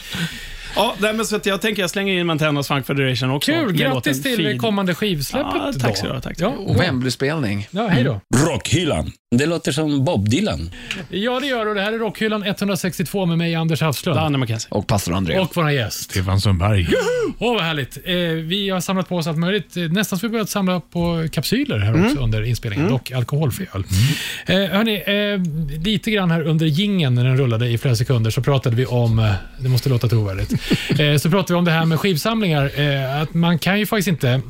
Ja, nej, men så att jag tänker jag slänger in Mantanas Funk Federation också.
Kul!
med
Grattis
låten
till
Feed.
kommande skivsläppet.
Ja,
då.
tack så du ha, tack Mm. så
ja,
du ha.
Och Wembley-spelning.
ja, hej då.
Rockhyllan. Det låter som Bob Dylan.
Ja, det gör du. Det här är Rockhyllan 162 med mig, Anders Hafslund.
Danne McKenzie.
Och pastor André.
Och vår gäst.
Stefan Sundberg.
Åh, vad härligt. Eh, vi har samlat på oss allt möjligt. Eh, Nästan så vi börjat samla på kapsyler här
Mm.
också under inspelningen, dock alkoholfri öl. Eh, hörni, eh, lite grann här under gingen när den rullade i flera sekunder så pratade vi om, eh, det måste låta trovärdigt, eh, så pratade vi om det här med skivsamlingar. Eh, att man kan ju faktiskt inte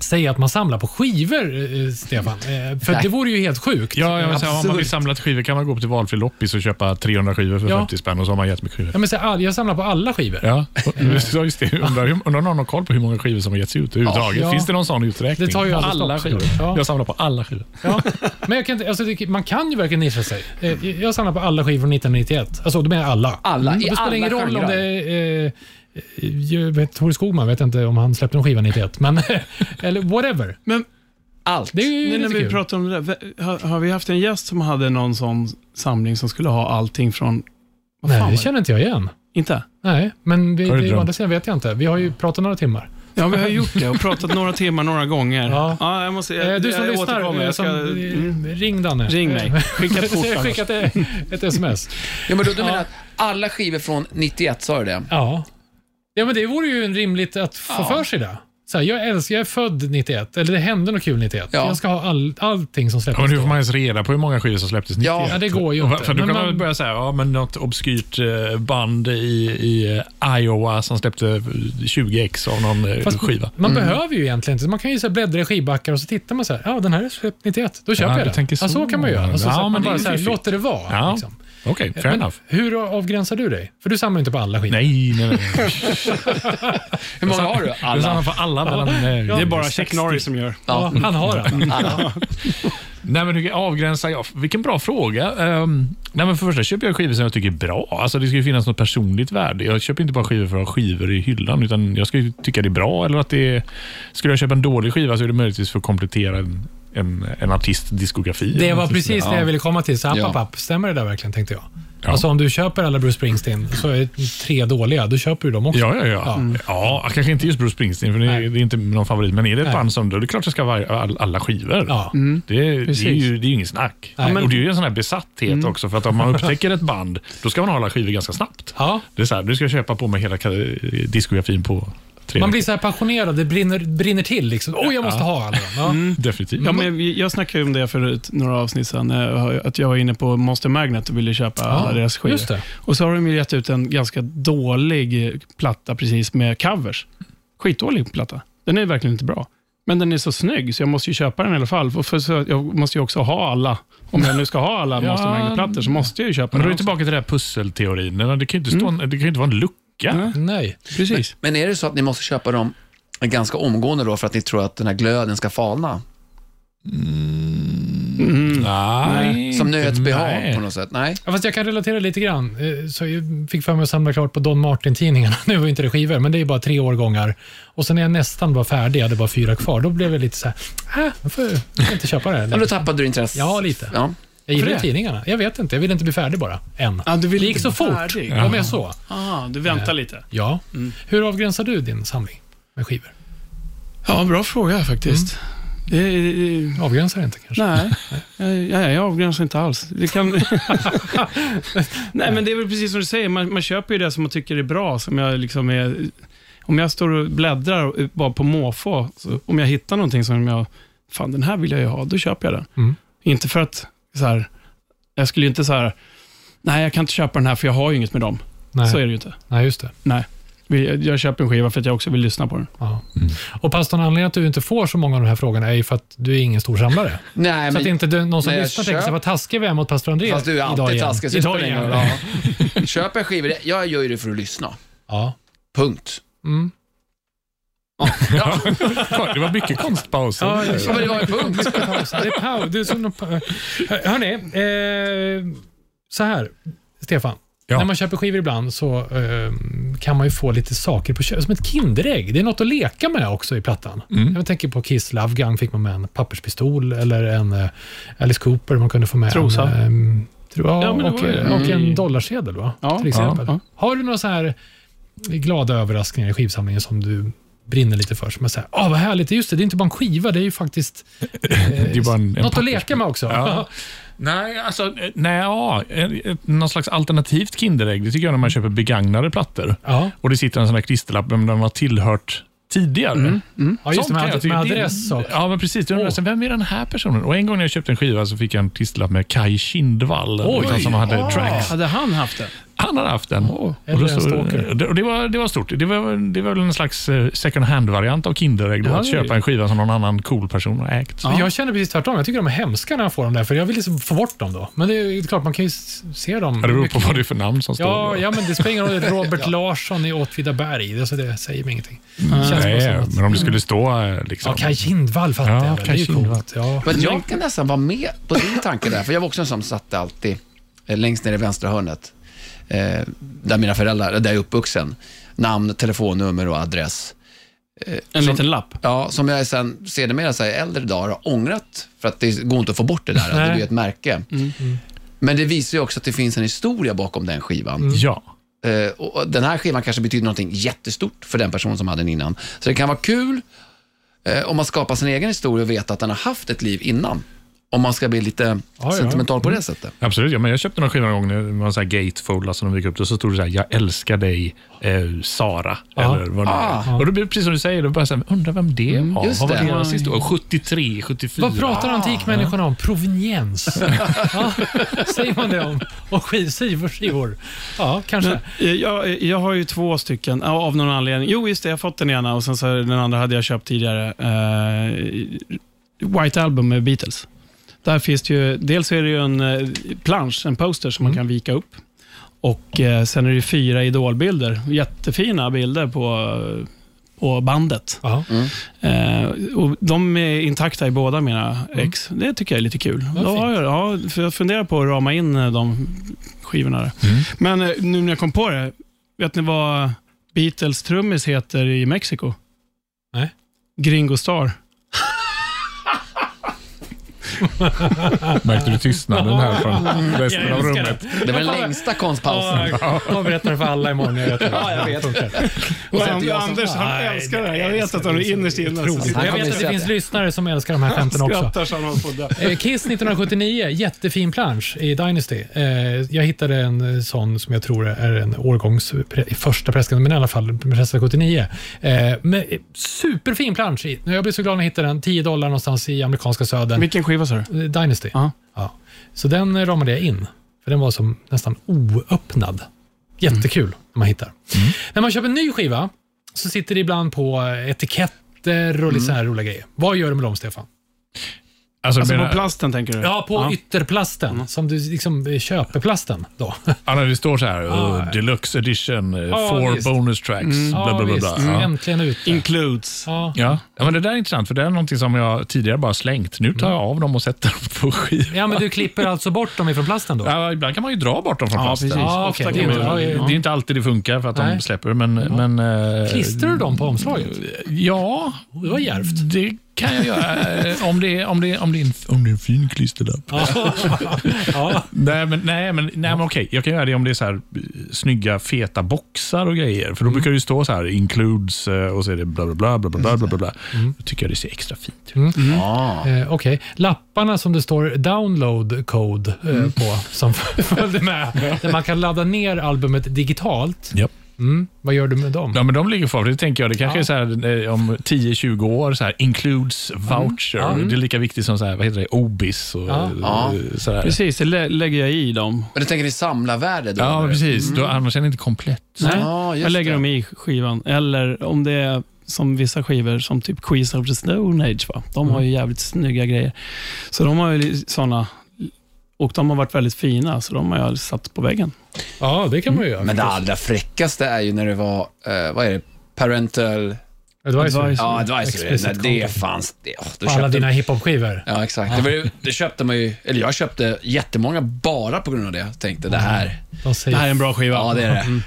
säga att man samlar på skivor, eh, Stefan. Eh, för det vore ju helt sjukt.
Ja, jag vill säga, om man vill
Absurt.
samla skivor kan man gå upp till valfri loppis och köpa 300 skivor för
Ja.
50 spänn och så har man jättemycket skivor.
Ja, men så här, all- jag samlar på alla skivor.
Ja, ja just det. Jag Undrar, hur- undrar om någon har någon koll på hur många skivor som har getts ut överhuvudtaget.
Ja.
Finns det någon sån uträkning?
Det tar ju aldrig
alla
stopp.
skivor.
Ja.
Jag samlar på alla skivor.
Ja. Men jag kan inte, alltså, det- man kan ju verkligen nischa sig. Eh, Jag samlar på alla skivor från 1991. Alltså, då menar jag alla.
Alla,
Mm,
i
och det spelar
alla
ingen roll om
genrer.
det är... Eh, jag vet, Thore Skogman vet inte om han släppte någon skiva 91, men... eller whatever.
Men-
Allt. Det är ju
Nu när
lite
vi
kul.
pratar om det där, vä- har, har vi haft en gäst som hade någon sån samling som skulle ha allting från... Vad fan
Nej, det
var det?
känner inte jag igen.
Inte?
Nej, men vi,
Har du
det, å
drömt?
andra sidan vet jag inte. Vi har ju pratat några timmar.
Ja, vi har gjort det och pratat några timmar några gånger.
Ja.
jag måste,
Eh,
jag,
du som
jag återkommer.
lyssnar, eh,
jag ska,
som,
mm,
eh, ring Danne.
ring mig. Skicka ett fort
Skicka
annars.
ett, ett sms.
Ja, men då, du menar att alla skivor från 91, sa du det?
Ja. ja, men det vore ju en rimligt att få
Ja.
för sig det. Så här, jag älskar, jag är född 91, eller det hände något kul 91.
Ja.
Jag ska ha all, allting som släpps.
Ja, men hur får man ens reda på hur många skivor som släpptes 91?
Ja.
Ja, det går ju
Och va-
inte.
För då
Men
kan man
man-
börja säga, ja men något obskyrt eh, band i, i eh, Iowa som släppte 20x av någon eh,
Fast
skiva.
Man behöver ju egentligen inte. Man kan ju så här bläddra i skivbackar och så tittar man så här. Ja, den här är släppt 91. Då köper
Ja, du
jag den.
tänker
Så. Ja, så
så.
kan man göra. Alltså,
Ja,
så här,
men
man
det är
bara
ju
så här,
fiffigt.
låter det vara.
Ja.
Liksom.
Okej, fair
Men
enough.
hur avgränsar du dig? För du samlar ju inte på alla skivor.
Nej, nej, nej.
Hur många har du?
Det är
Alla?
samma för alla mellan... eh,
Det är bara
60.
Chuck Norris som gör.
Ja, Mm. han har den.
Nej, men hur avgränsar jag? Vilken bra fråga. Ehm, nej, men för det första köper jag skivor som jag tycker är bra. Alltså, det ska ju finnas något personligt värde. Jag köper inte bara skivor för att ha skivor i hyllan, utan jag ska ju tycka det är bra. Eller att det är, skulle jag köpa en dålig skiva så är det möjligtvis för att komplettera en, en, en artists diskografi.
Det var precis det jag ville komma till. Så app,
Ja.
app, app. Stämmer det där verkligen, tänkte jag.
Ja.
Alltså om du köper alla Bruce Springsteen, så är det tre dåliga. Då köper du dem också.
Ja, ja, ja.
Mm.
ja, kanske inte just Bruce Springsteen, för det är, det är inte någon favorit. Men är det ett
Nej.
band som, då är det klart det ska vara all, alla skivor.
Ja.
Det, det, är
Mm. Precis.
ju, det är ju ingen snack.
Nej.
Och det är ju en sån här besatthet också, för att om man upptäcker ett band, då ska man ha alla skivor ganska snabbt.
Ja.
Det är så här, du ska köpa på mig hela ka- diskografin på tre
Man blir så här passionerad. Det brinner, brinner till. Liksom. Oh, jag måste ha alla dem. Ja.
veckor. Definitivt.
Ja, men jag- jag snackade ju om det för ett- några avsnitt sedan, eh, att jag var inne på Monster Magnet och ville köpa alla deras skivor.
Just det.
Och så har de ju gett ut en ganska dålig eh, platta precis med covers. Skitdålig platta. Den är verkligen inte bra. Men den är så snygg, så jag måste ju köpa den i alla fall. Och För så, jag måste ju också ha alla. Om jag nu ska ha alla
Ja.
Monster Magnet-plattor så måste jag ju köpa
Men då är
den.
vi
också.
tillbaka till den här pusselteorin. Det kan ju inte, stå, en- det kan ju inte vara en lucka.
Nej.
Mm. Nej.
Precis.
Men är det så att ni måste köpa dem ganska omgående då för att ni tror att den här glöden ska falna?
Nej.
Som nöjesbehag
Nej.
på något sätt? Nej.
Ja, fast jag kan relatera lite grann. Eh, Så jag fick för mig att samla klart på Don Martin-tidningarna. Nu var ju inte det skivor, men det är ju bara tre årgångar. Och sen när jag nästan var färdig, jag hade bara fyra kvar, då blev jag lite så här, äh, jag får jag inte köpa det här.
Men då
längre."
tappade du intresset?
Ja, lite.
Ja.
Jag gillar
Varför
ju
det?
tidningarna. Jag vet inte, jag ville inte bli färdig bara, än.
Ja, du vill
Det gick
inte
så
bli
fort,
färdig. Mm.
om jag så.
Ah, du väntar lite.
Ja. Hur avgränsar du din samling med skivor?
Ja, bra fråga faktiskt. Mm. Det, det, det,
Avgränsar inte kanske?
Nej, jag, jag, jag avgränsar inte alls. Det kan... Nej, men det är väl precis som du säger, man, man köper ju det som man tycker är bra. Som jag liksom är, om jag står och bläddrar bara på måfå, så om jag hittar någonting som jag, fan den här vill jag ju ha, då köper jag den.
Mm.
Inte för att, så här, jag skulle ju inte så här, nej jag kan inte köpa den här för jag har ju inget med dem.
Nej.
Så är det ju inte.
Nej, just det.
Jag, jag köper en skiva för att jag också vill lyssna på den.
Ja. Och pastorn, anledningen att du inte får så många av de här frågorna är ju för att du är ingen stor samlare.
Nej,
Så att
men
inte du, någon som
men jag
lyssnar tänker
köp-
sig, vad taskig vi är mot pastor André
fast du är
idag
alltid
igen.
taskig. så det
Idag
spelar ingen
igen.
roll. Ja. Köp en skiva. Jag gör ju det för att lyssna.
Ja.
Punkt.
Mm.
Ja,
Det var mycket konstpauser.
Ja, jag
men det var ju punkt.
pausa. Det är paus. Det är som någon pa- Hör- Hörni, eh, så här, Stefan.
Ja.
När man köper skivor ibland så eh, kan man ju få lite saker på köpet. Som ett Kinderägg. Det är något att leka med också i plattan.
Mm.
Jag tänker på Kiss Love Gun fick man med en papperspistol eller en eh, Alice Cooper. Man kunde få med
Trosa.
en... Eh, tro, ja,
Ja, men det
och,
var ju-
och en
Mm.
dollarsedel va?
Ja,
Till exempel.
ja.
Har du några så här glada överraskningar i skivsamlingen som du brinner lite för? Som är så här, åh vad härligt, just det, det är inte bara en skiva, det är ju faktiskt
det är bara en, en
något att
papper-
leka med också.
Ja. Nej, alltså, eh, nej, ja. Eh, eh, Någon slags alternativt Kinderägg, det tycker jag när man köper begagnade plattor.
Ja,
Och det sitter en sån här klisterlapp, vem de har tillhört tidigare.
Mm. ja just det,
Sånt
med,
kan jag
ad-
tycka-
med
det-
adress och...
Ja, men precis. Jag undrar, sen, vem är den här personen? Och En gång när jag köpte en skiva så fick jag en klisterlapp med Kai Kindvall utan som hade
Ah.
tracks.
Hade han haft det?
Han hade haft den. och
eller
då
en stalker.
stod, det, och det, var, det var stort. Det var, det var väl en slags eh, second hand-variant av Kinderägg. då,
Ja,
att
det är ju-
köpa en skiva som någon annan cool person har ägt.
Men Jag känner precis tvärtom. Jag tycker de är hemska när jag får dem där, för jag vill liksom få bort dem då. Men det är ju klart, man kan ju s- se dem.
Ja, Det beror på
mycket.
vad det är för namn som står.
ja,
då.
ja, men det spelar ingen roll. Robert Larsson i Åtvidaberg, det, så det säger mig ingenting. Det känns bara som
Nej,
att-
men om det skulle stå eh, liksom...
Ja, Kaj Kindvall fattar
Ja,
jag väl. Det är
Kaj
ju
Kindvall.
coolt. Ja.
Men jag kan nästan vara med på din tanke där, för jag var också en som satte alltid eh, längst ner i vänstra hörnet, eh, där mina föräldrar, där jag är uppvuxen, namn, telefonnummer och adress.
En liten lapp.
Ja, som jag sen sedermera så här, i äldre dagar har ångrat, för att det går inte att få bort det där, att det
Nej.
blir ett märke.
Mm,
Men det visar ju också att det finns en historia bakom den skivan.
Ja.
Mm.
Eh, och och den här skivan kanske betyder någonting jättestort för den person som hade den innan. Så det kan vara kul eh, om man skapar sin egen historia och vet att den har haft ett liv innan. Om man ska bli lite
Ja, ja.
sentimental
Mm.
på det sättet.
Absolut, ja, men jag köpte någon skiva någon gång när man så här gatefold, alltså de gick upp det, så stod det så här, jag älskar dig eh, Sara. Eller vad det
Ah.
är. Och då blir det precis som du säger, då bara så här, undrar vem det var?
just
Vad var
det.
deras historia? 73, 74?
Vad pratar antikmänniskorna om? Proveniens. ja, säger man det om? Och skiv, skivor, skivor. Ja, kanske.
Men, eh, jag, jag har ju två stycken ja, av någon anledning. Jo, just det, jag har fått den ena och sen så den andra hade jag köpt tidigare. Eh, White Album med Beatles. Där finns det ju, dels är det ju en eh, plansch, en poster som man kan vika upp. Och eh, sen är det ju fyra idolbilder. Jättefina bilder på, eh, på bandet.
Ja.
Eh, och de är intakta i båda mina ex. Det tycker jag är lite kul.
Vad
Då har jag, ja, för jag funderar på att rama in eh, de skivorna. Där. Men eh, nu när jag kom på det, vet ni vad Beatles trummis heter i Mexiko?
Nej.
Gringo Star.
Märkte du tystnaden här från resten av rummet?
Det var den längsta konstpausen.
Ja, Jag berättar för alla imorgon. Jag vet det.
Ja, jag vet.
Det funkar.
Och
sen till jag som-
Anders, han
Nej,
älskar det. här. Jag
nej,
vet att han är innerst inne.
Otroligt.
alltså.
Han
Jag
kommer ju
vet att det
se
finns
det.
lyssnare som älskar de här 15 också.
Skrattar så han håller på att dö.
Eh, Kiss 1979, jättefin plansch i Dynasty. Eh, Jag hittade en eh, sån som jag tror är en årgångs pre- första presskan, men i alla fall pressad 79. Eh, men, eh, Superfin plansch. i. Jag blev så glad när jag hittade den. 10 dollar någonstans i amerikanska södern.
Vilken skiva sa du?
Eh, Dynasty.
Ja.
Ja. Så den eh, ramade jag in, för den var som nästan oöppnad. Jättekul när man hittar. När man köper en ny skiva så sitter det ibland på eh, etiketter och lite sådana här roliga grejer. Vad gör du med dem, Stefan?
Alltså,
Alltså på
menar,
plasten tänker du?
Ja, på ytterplasten, som du liksom eh, köper plasten då.
ja, när det står så här, eh, deluxe edition, uh,
Ja,
four
visst.
bonus tracks, bla bla bla.
visst.
bla.
Mm.
Ja.
Äntligen ute.
Includes.
Ja.
Ja. ja, men det där är intressant, för det är någonting som jag tidigare bara slängt. Nu tar jag av dem och sätter dem på skivan.
ja, men du klipper alltså bort dem ifrån plasten då?
Ja, ibland kan man ju dra bort dem från
Ja,
plasten.
precis.
Ja,
Ofta
okej.
kan
Men,
man
Ja,
det
ja.
är inte alltid det funkar för att
Nej.
de släpper, men... men eh,
Klistrar du dem på omslaget?
Ja,
Det var djärvt.
det kan jag göra. Eh, om, det är, om, det är, om, det är en, om det är en fin klisterlapp.
Ja.
Nej, men, nej, men, nej, men okej. Jag kan göra det om det är så här, eh, snygga, feta boxar och grejer.
Mm.
För då brukar det ju stå så här, includes eh, och så är det bla, bla, bla, bla, bla, bla, bla, bla.
Mm.
Då tycker jag det ser extra fint ut.
Ah.
Eh, Okej, lapparna som det står download code eh,
Mm.
på, som följde med, där man kan ladda ner albumet digitalt.
Japp.
Mm. Vad gör du med dem?
Ja, men de ligger kvar. för Det tänker jag. Det kanske är så här, eh, om 10-20 år, så här, includes voucher. Det är lika viktigt som så här, vad heter det, obis och
Ja.
ja. så här.
Precis, det lä- lägger jag i dem.
Men du tänker ni samlarvärde då?
Ja,
eller?
precis. Då, annars är det inte komplett.
Nej,
Ja, just
jag lägger
det.
dem i skivan. Eller om det är som vissa skivor, som typ Queens of the Stone Age. Va? De har ju jävligt snygga grejer. Så de har ju sådana. Och de har varit väldigt fina, så de har jag satt på väggen.
Ja, det kan man ju göra.
Men det allra fräckaste är ju när det var, eh, vad är det, parental
Advisory.
Advisory.
ja, advisory.
Explicit
När det
content.
fanns, det, oh, då
På alla
köpte
dina hiphop-skivor.
Ja, exakt. Det, var ju, det köpte man ju, eller jag köpte jättemånga bara på grund av det. Jag tänkte, det här,
De säger
det här är en bra skiva. Ja, det är det.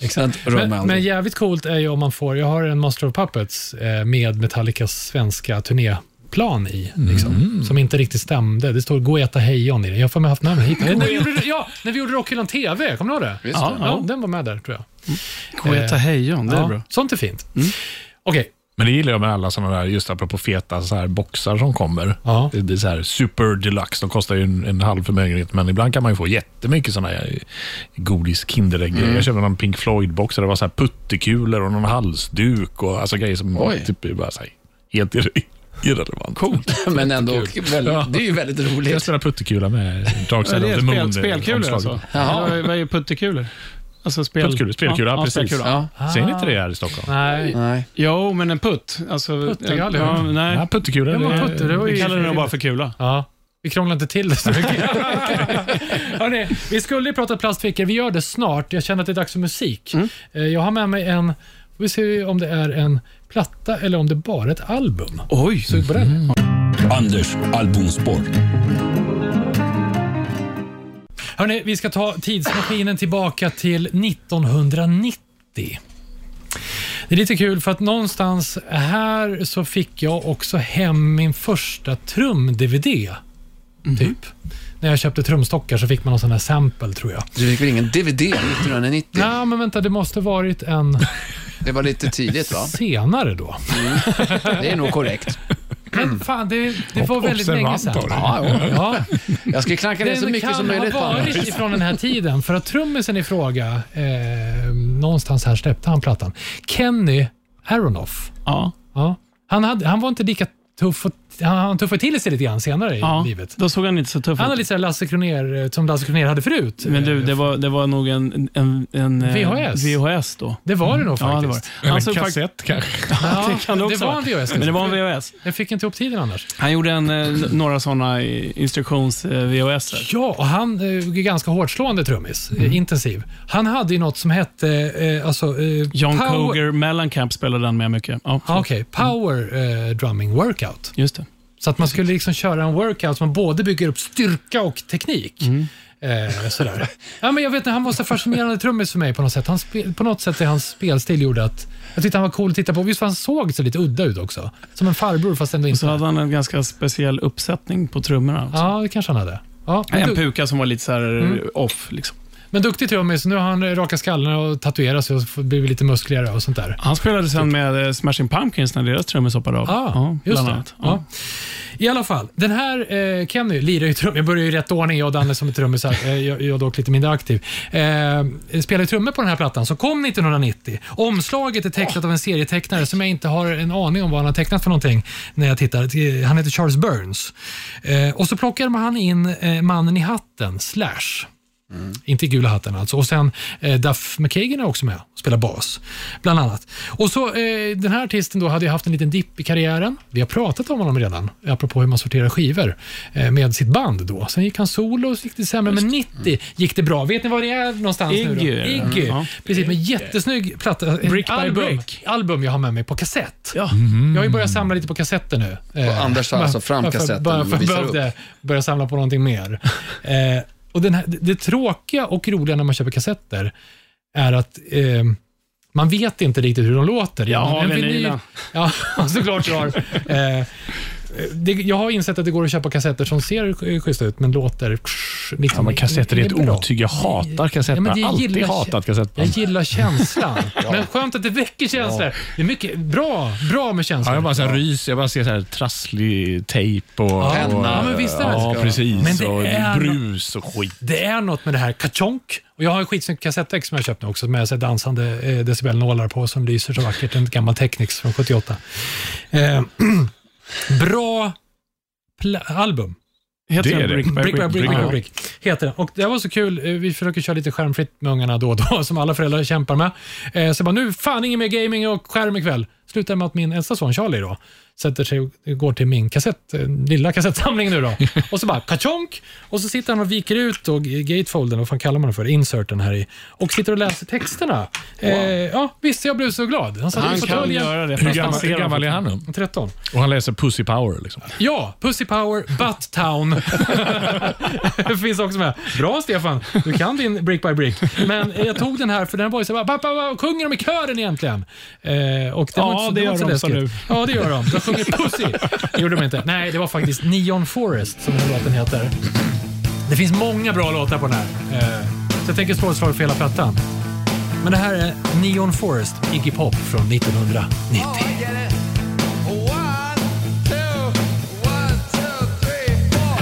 Exakt.
Mm. Men, men
Men,
jävligt coolt är ju om man får, jag har en Master of Puppets eh, med Metallicas svenska turnéplan i, liksom,
Mm.
som inte riktigt stämde. Det står Goeta Hejon i det. Jag har för mig haft namnet hit. Eh, när vi gjorde, ja, när vi gjorde Rockhyllan TV, kommer du ihåg det?
Visst,
ja,
ja.
ja, den var med där tror jag.
Koeta Hejon, det är
ja,
bra. Mm.
Sånt är fint. Okej,
Men det gillar jag med alla sådana där, just apropå feta så här, boxar som kommer.
Ja.
Det, det är så här super deluxe, de kostar ju en, en halv förmögenhet, men ibland kan man ju få jättemycket sådana här eh, godis, Kinderägg. Jag köpte någon Pink Floyd-box där det var så här puttekulor och någon halsduk och alltså grejer som
Oj.
typ är bara så här, helt irre- irrelevant. Coolt.
men ändå,
Ja.
väldigt, det är ju väldigt
Jag
roligt.
spelar puttekula med Dark
Är
Side
det
of the Moon. eh,
spel, spelkulor alltså?
Jaha.
Vad är- Vad är puttekulor? Alltså spel...
Puttekulor, spelkula,
ja,
precis.
spelkula.
Ja,
Ser ni inte det här i Stockholm?
nej.
nej.
Jo, men en putt. Alltså,
Putt, jag har aldrig
ja,
hört.
nej.
Ja, puttekula.
Ja,
det-
men putte, det var ju-
Vi kallar det nog bara för kula.
Ja. Vi krånglar inte till det så mycket. Hörrni, vi skulle ju prata plastfickor. Vi gör det snart. Jag känner att det är dags för musik.
Mm.
Eh, Jag har med mig en, får vi se om det är en platta eller om det bara är ett album.
Oj!
Sug på den.
Anders albumspår.
Hörrni, vi ska ta tidsmaskinen tillbaka till 1990. Det är lite kul för att någonstans här så fick jag också hem min första trum-DVD. Typ. När jag köpte trumstockar så fick man någon sån här sample tror jag.
Du fick väl ingen DVD 1990?
Nej, men vänta, det måste varit en
Det var lite tidigt va?
senare då.
Det är nog korrekt.
Men fan, det, det var väldigt länge sedan.
Observant av
Ja, ja.
Ja,
Jag ska klanka ner så mycket
kan
som möjligt på
ha
honom.
varit ifrån den här tiden, för att trummisen i fråga, eh, någonstans här släppte han plattan. Kenny Aronoff.
Ja,
Ja. Han, hade, han var inte lika tuff, och, han, han tuffade till sig lite grann senare
ja.
i livet.
Då såg han inte så tuff
Han är
ut.
lite så här Lasse Kronér, eh, som Lasse Kronér hade förut.
Men du,
Eh,
det var, det var nog en, en, en eh,
VHS.
VHS då.
det var det nog
Mm. Ja, det var
faktiskt.
det.
Eller
Han
en
såg fakt-
kassett kanske.
Ja,
det kan det också
var
vara.
en VHS.
Men det var en
Mm.
VHS.
Jag fick inte ihop tiden annars.
Han gjorde en, eh, n- några eh, sådana instruktions-VHS.
Ja, och han eh, ganska hårtslående trummis.
Mm.
eh, Intensiv. Han hade ju något som hette... Eh, alltså, eh,
John
power-
Cougar Mellencamp spelade den med mycket. Ja,
Ja, Okej, power eh, drumming workout.
Just det.
Så att man skulle liksom köra en workout som man både bygger upp styrka och teknik. Eh, sådär. ja, men jag vet inte, han var så fascinerande trummis för mig på något sätt. Han spe, på något sätt är hans spelstil gjorde att jag tyckte han var cool att titta på. Visst var han såg så lite udda ut också? Som en farbror fast ändå
Och så
inte.
hade han en ganska speciell uppsättning på trummorna. också.
Ja, det kanske han hade. Ja, men,
En
du, Mm.
puka som var lite så här off. Liksom.
men duktig trummis. Nu har han eh, rakat skallen och tatuerat sig och f- blivit lite muskligare och sånt där.
Han spelade sen med eh, Smashing Pumpkins när deras trummis hoppade av.
Ja,
bland
Typ. Ah, just det.
annat. Ja.
Ja. I alla fall, den här eh, Kenny lirar ju trummor. Jag börjar ju i rätt ordning, jag och Danne som är trummisar. Eh, jag, jag är dock lite mindre aktiv. Eh, spelar ju trummor på den här plattan som kom 1990. Omslaget är tecknat av en serietecknare som jag inte har en aning om vad han har tecknat för någonting när jag tittar. Eh, Han heter Charles Burns. Eh, och så plockar man in eh, mannen i hatten, Slash. Inte i gula hatten alltså. Och sen eh, Duff McKagan är också med och spelar bas, bland annat. Och så eh, Den här artisten då hade ju haft en liten dipp i karriären. Vi har pratat om honom redan, apropå hur man sorterar skivor eh, med sitt band då. Sen gick han solo och så gick det sämre, men 90 gick det bra. Vet ni var det är någonstans nu då?
Iggy.
Iggy.
Ja.
Precis, med jättesnygg platta. en
Brick by
album,
brick.
Album jag har med mig på kassett.
Ja.
Jag har ju
Mm.
börjat samla lite på kassetter nu. Eh,
Anders tar alltså
bara-
fram
bara för-
kassetten
Bara
och
för att
visar
jag behövde börja samla på någonting mer. Eh, och den här, det- det tråkiga och roliga när man köper kassetter är att eh, man vet inte riktigt hur de låter.
Jag har
En
vinylen.
vinyl- Ja, såklart jag har. Eh, det, jag har insett att det går att köpa kassetter som ser eh, schyssta ut, men låter... liksom
Ja, men kassetter är ett
inget bra.
otyg. Jag hatar kassetter.
Ja, men det
jag har alltid
gillar-
hatat
Jag
kassettband.
gillar känslan. Men skönt att det väcker känslor. Det är mycket bra, bra med känslor.
Ja, jag bara så här, rys, jag bara ser så här trasslig tejp och, och...
Penna.
Ja, men visst är det
Ja,
så.
precis.
Men det
och
är-
brus och skit.
Det är något med det här kachonk. Och jag har en skitsnygg kassettdäck som jag köpt nu också med så här dansande eh, decibelnålar på som lyser så vackert. En gammal Technics från 78. Eh, bra pla- album.
Heter
Det
den
är det.
Brick by
Brick by brick, by
Ja.
brick. Heter den. Och det här var så kul. Eh, Vi försöker köra lite skärmfritt med ungarna då och då, som alla föräldrar kämpar med. Eh, så jag bara, nu fan ingen mer gaming och skärm ikväll. Slutar med att min äldsta son Charlie då sätter sig och går till min kassett, eh, lilla kassettsamling nu då. Och så bara kachonk! Och så sitter han och viker ut och gatefolden, vad fan kallar man det för, inserten här i. Och sitter och läser texterna. Eh, ja, visst jag blev så glad. Han satt i
Han kan
Kan
fåtöljen.
göra det.
Hur
fast
gammal,
ser
hur gammal
dem.
är han nu?
13.
Och han läser Pussy Power. Liksom.
Ja, Pussy Power, Butt Town. Finns också med. Bra Stefan, du kan din brick by brick. Men jag tog den här för den var ju så här, pappa vad sjunger de i kören egentligen? Eh, och det
Ja,
var inte så,
det
var inte
gör
så
de,
läskigt.
sa
Ja, det gör de. De sjunger Pussy. Det gjorde de inte. Nej, det var faktiskt Neon Forest som den här låten heter. Det finns många bra låtar på den här. Eh, så jag tänker slå ett slag för hela plattan. Men det här är Neon Forest, Iggy Pop från 1990.
One, two, one, two, three, four.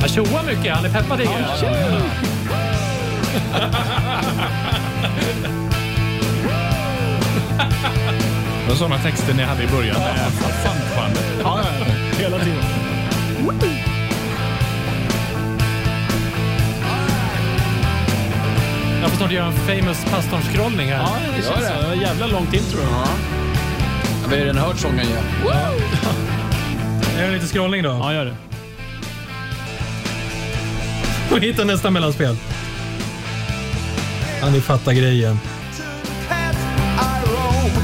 Han tjoar mycket, han är peppad Iggy.
Det var sådana texter ni hade i början. Med funkbandet. Hela tiden.
Jag får snart göra en famous pastornskrollning här.
Ja, det känns så. Det var Jävla långt intro.
Vi har ju redan hört sången ju.
Jag gör lite scrollning då.
Ja, gör det.
Och hittar nästa mellanspel. Ja, ni fattar grejen.
To the cat I roam,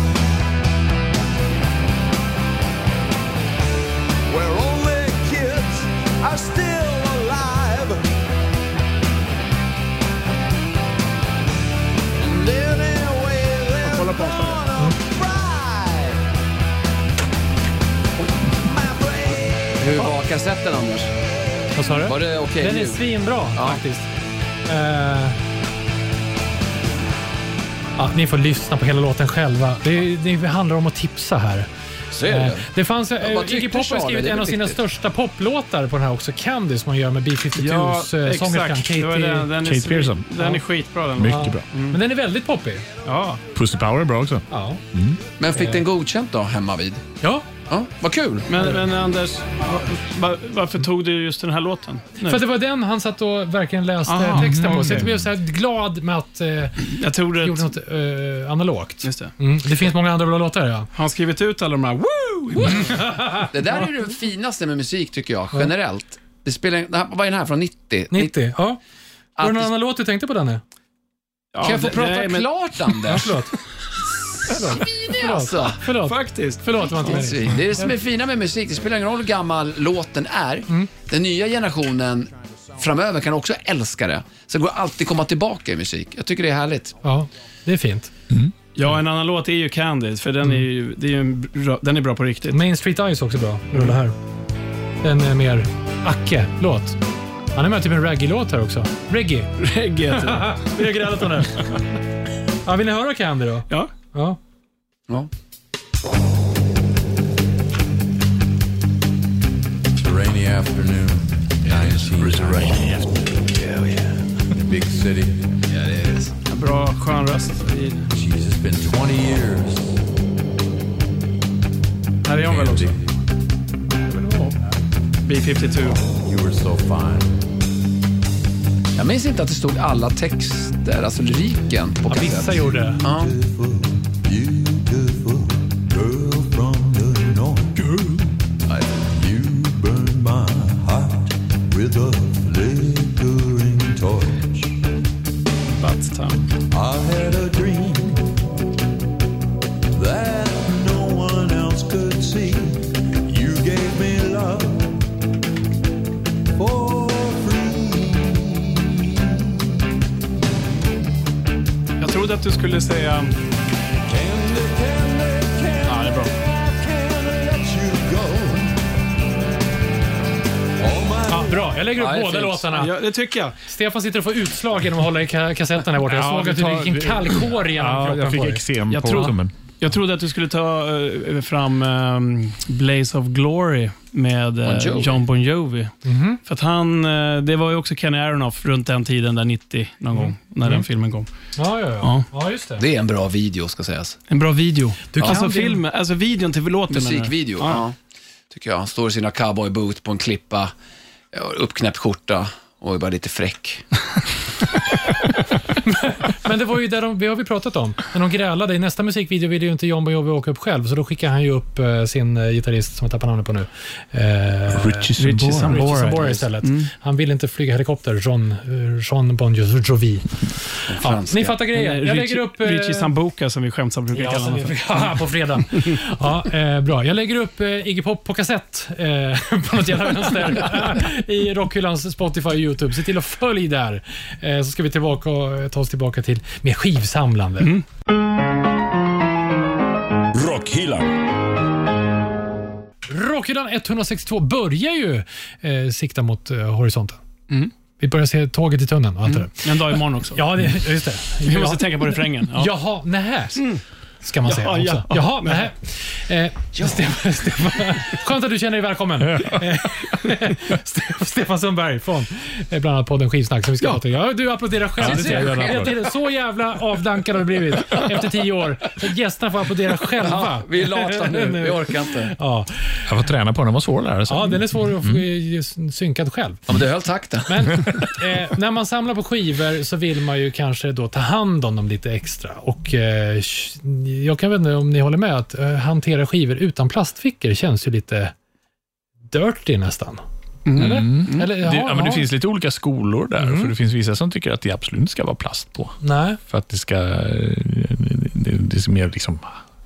where only kids are still alive. And anyway, they're born a bride. My brain
Hur var kassetten Anders?
Vad sa du?
Var det okej
Den
nu?
är svinbra faktiskt. Eh, ja, ni får lyssna på hela låten själva. Det, det handlar om att tipsa här.
Så är det.
Eh, Det fanns, eh,
vad
Iggy
tyckte
Pop har
Charlie?
skrivit
Det är
en
väl
av sina
viktigt.
största poplåtar på den här också, Candy, som han gör med B-52s eh, sångerskan
exakt. Det var Den,
Katie.
den,
Kate
är,
Pearson.
den är skitbra den.
Mycket bra.
Men den är väldigt poppig.
Ja.
Pussy Power är bra också.
Ja.
Men fick den godkänt då, hemma vid?
ja.
Ja, vad kul.
Men, men Anders, va- varför tog du just den här låten? Nu?
För att det var den han satt och verkligen läste
Aha,
texten på.
okej.
Så jag blev så här glad med att eh,
jag tror det.
gjorde något eh, analogt.
Just det.
Mm. Det finns många andra bra låtar, ja.
Har han skrivit ut alla de här woo?
Det där är det finaste med musik tycker jag, generellt. Det spelar, det här, vad är den här från? 90?
90, ja. Var det någon
Alltid-
annan låt du tänkte på, Danne?
Ja,
Kan jag få
det-
prata
nej, men-
klart Anders?
Förlåt.
Svin alltså.
Förlåt.
Faktiskt.
Förlåt, det var inte meningen.
Svin. Det är det som är fina med musik, det spelar ingen roll hur gammal låten är. Den nya generationen framöver kan också älska det. Så det går alltid att komma tillbaka i musik. Jag tycker det är härligt.
Ja, det är fint.
Ja, en annan låt är ju Candy, för den är ju, det är ju en bra, den är bra på riktigt.
Main Street Eyes också bra. Rulla här. En eh, mer Acke-låt. Han är med typ en reggae-låt här också. Reggae.
Reggae heter den.
Vi har grälat om det. Ja, vill ni höra Candy då?
Ja.
Ja.
Ja.
It's a rainy afternoon. It's a rainy afternoon. Yeah, yeah. In a big city. Yeah, it is.
Bra, skön röst. I,
Jeez, it's been 20 years.
här är hon väl också?
Andy,
B-52.
you were so fine.
Jag minns inte att det stod alla texter, alltså lyriken på
Ja, Vissa
kassett.
gjorde det.
Ja,
Beautiful girl from the north. Girl, I, you burned my heart with a flickering torch. I had a dream that no one else could see. You gave me love for free.
Jag trodde att du skulle säga...
Candy, candy, candy.
Ja, det är bra.
I can't let you go. All my
Ja, bra, jag lägger upp
Ja, det är
båda
fint.
låtarna.
Ja, det tycker jag.
Stefan sitter och får utslag genom att hålla i ka- kassetten här borta. Jag
Ja,
såg
vi
att du
tar-
fick en
vi-
kallkår genom
Ja,
kroppen
jag fick
på dig.
eksem
Jag
på
tror-
tummen.
Jag trodde att du skulle ta eh, fram eh, Blaze of Glory med eh,
Bon Jovi.
John Bon Jovi.
Mhm.
För att han, eh, det var ju också Kenny Aronoff runt den tiden, där 90 någon
Mm.
gång, när den filmen kom.
Ja, ja, ja.
Ja.
ja, just det.
det är en bra video ska sägas.
En bra video. Du
kan
alltså,
din-
filmen, alltså videon till låten. menar du?
Musikvideo, ja.
Ja.
Tycker jag. Han står i sina cowboyboot på en klippa, ja, uppknäppt skjorta och är bara lite fräck.
Men det var ju där de, det har vi pratat om. När de grälade. I nästa musikvideo ville ju inte John Bon Jovi åka upp själv, så då skickar han ju upp eh, sin eh, gitarrist, som jag tappar namnet på nu. Eh,
Richie Mm.
Richie
Sambora.
Sambora. istället. Han ville inte flyga helikopter, John, eh, John Bon Jo- Jovi. Ja,
franska.
ni fattar grejen.
Eller
Jag
Richie-
lägger upp... eh,
Richie Sambuca som vi skämtsamt brukar
Ja,
kalla
som
honom för.
vi- Haha, på fredag. Ja, eh, bra. Jag lägger upp eh, Iggy Pop på kassett eh, på något jävla vänster i Rockhyllans Spotify och YouTube. Se till att följ där, eh, så ska vi tillbaka och eh, ta oss tillbaka till mer skivsamlande.
Mm.
Rockhyllan.
Rockhyllan 162 börjar ju eh, sikta mot eh, horisonten.
Mm.
Vi börjar se tåget i tunneln och allt det där.
En dag imorgon också.
Ja, det, just det.
Mm. Vi måste tänka på refrängen. Ja.
Jaha, nähä. Ska man säga
Ja,
också.
ja.
Jaha, nähä. Eh, Stefan, Stefan, skönt att du känner dig välkommen. Eh, Ste- Stefan Sundberg från eh, bland annat podden Skivsnack som vi ska prata ja. ja, Du applåderar själv.
Ja, det ser jag gärna.
Hela tiden. så jävla avdankad har du blivit efter tio år. Så Gästerna får applådera själva.
vi är lata nu, vi orkar inte.
Ja.
Jag får träna på den, den var svår att lära sig.
ja, den är svår att få eh, synkad själv.
Ja, men du höll takten.
Men eh, när man samlar på skivor så vill man ju kanske då ta hand om dem lite extra. Och eh, sh- Jag kan veta om ni håller med att eh, hantera skivor utan plastfickor känns ju lite dirty nästan. Eller? Eller,
Mm. Det,
jaha,
ja, men det
Mm. jaha. Mm.
finns lite olika skolor där. För Det finns vissa som tycker att det absolut inte ska vara plast på.
Nej.
För att det ska... eh, Det, det är mer liksom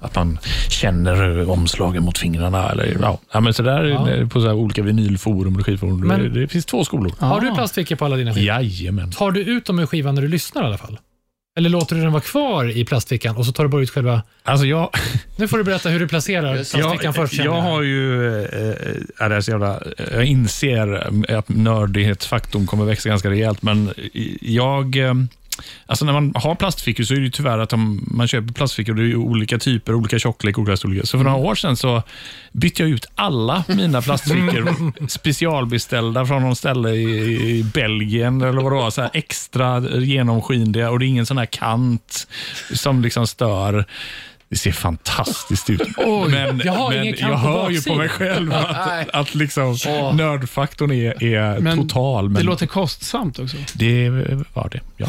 att man känner eh, omslagen mot fingrarna. Eller, ja. Ja, men så där, eh, På så här olika vinylforum och skivforum.
Men-
det, det finns två skolor.
Har du plastfickor på alla dina skivor?
Jajamän.
Tar du ut dem ur skivan när du lyssnar i alla fall? Eller låter du den vara kvar i plastfickan och så tar du bara ut själva...
Alltså jag,
Nu får du berätta hur du placerar plastfickan
jag,
först. känner
jag
jag.
har ju... Eh, eh, ja, det är så jävla, jag inser att nördighetsfaktorn kommer växa ganska rejält, men jag... eh, Alltså när man har plastfickor så är det ju tyvärr att de, man köper plastfickor, det är ju olika typer, olika tjocklek, olika storlekar. Så för några år sedan så bytte jag ut alla mina plastfickor, specialbeställda från någon ställe i, i Belgien eller vad det var, så här extra genomskinliga och det är ingen sån här kant som liksom stör. Det ser fantastiskt ut. men
jag har
men
ingen kant
jag
på
hör ju på
baksidan.
mig själv
Nej.
att, att liksom
Åh.
nördfaktorn är, är
Men
total. Men
Det låter kostsamt också.
det var det, ja.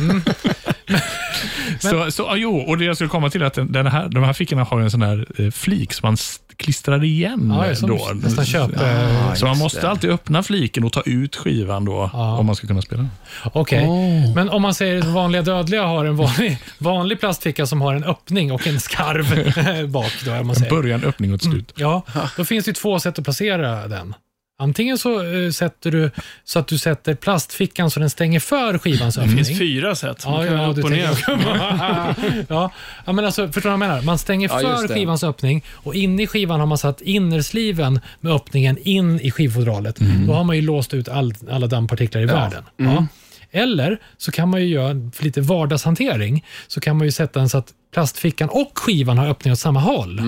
Mm,
så, så, ah, jo, och det jag skulle komma till är att den, den här, de här fickorna har ju en sån här eh, flik som man s- klistrar igen.
Ja, det är som
då.
du nästan köper.
Ah, så man
just
måste
det.
alltid öppna fliken och ta ut skivan då,
Ja.
om man ska kunna spela. den.
Okej,
Oh.
men om man säger att vanliga dödliga har en vanlig, vanlig plastficka som har en öppning och en skarv bak. Då, om man säger.
Början, öppning och ett slut.
Ja, då finns det ju två sätt att placera den. Antingen så eh, sätter du så att du sätter plastfickan så den stänger för skivans öppning.
Det finns fyra sätt. Man
Mm. Ja,
kan
ja,
upp
du
och ner.
tänker. ja. ja, men alltså, förstår du vad jag menar? Man stänger
Ja, just
för
det.
skivans öppning och inne i skivan har man satt innersliven med öppningen in i skivfodralet. Då har man ju låst ut all, alla dammpartiklar i världen. Ja. Eller så kan man ju göra för lite vardagshantering. Så kan man ju sätta den så att plastfickan och skivan har öppning åt samma håll.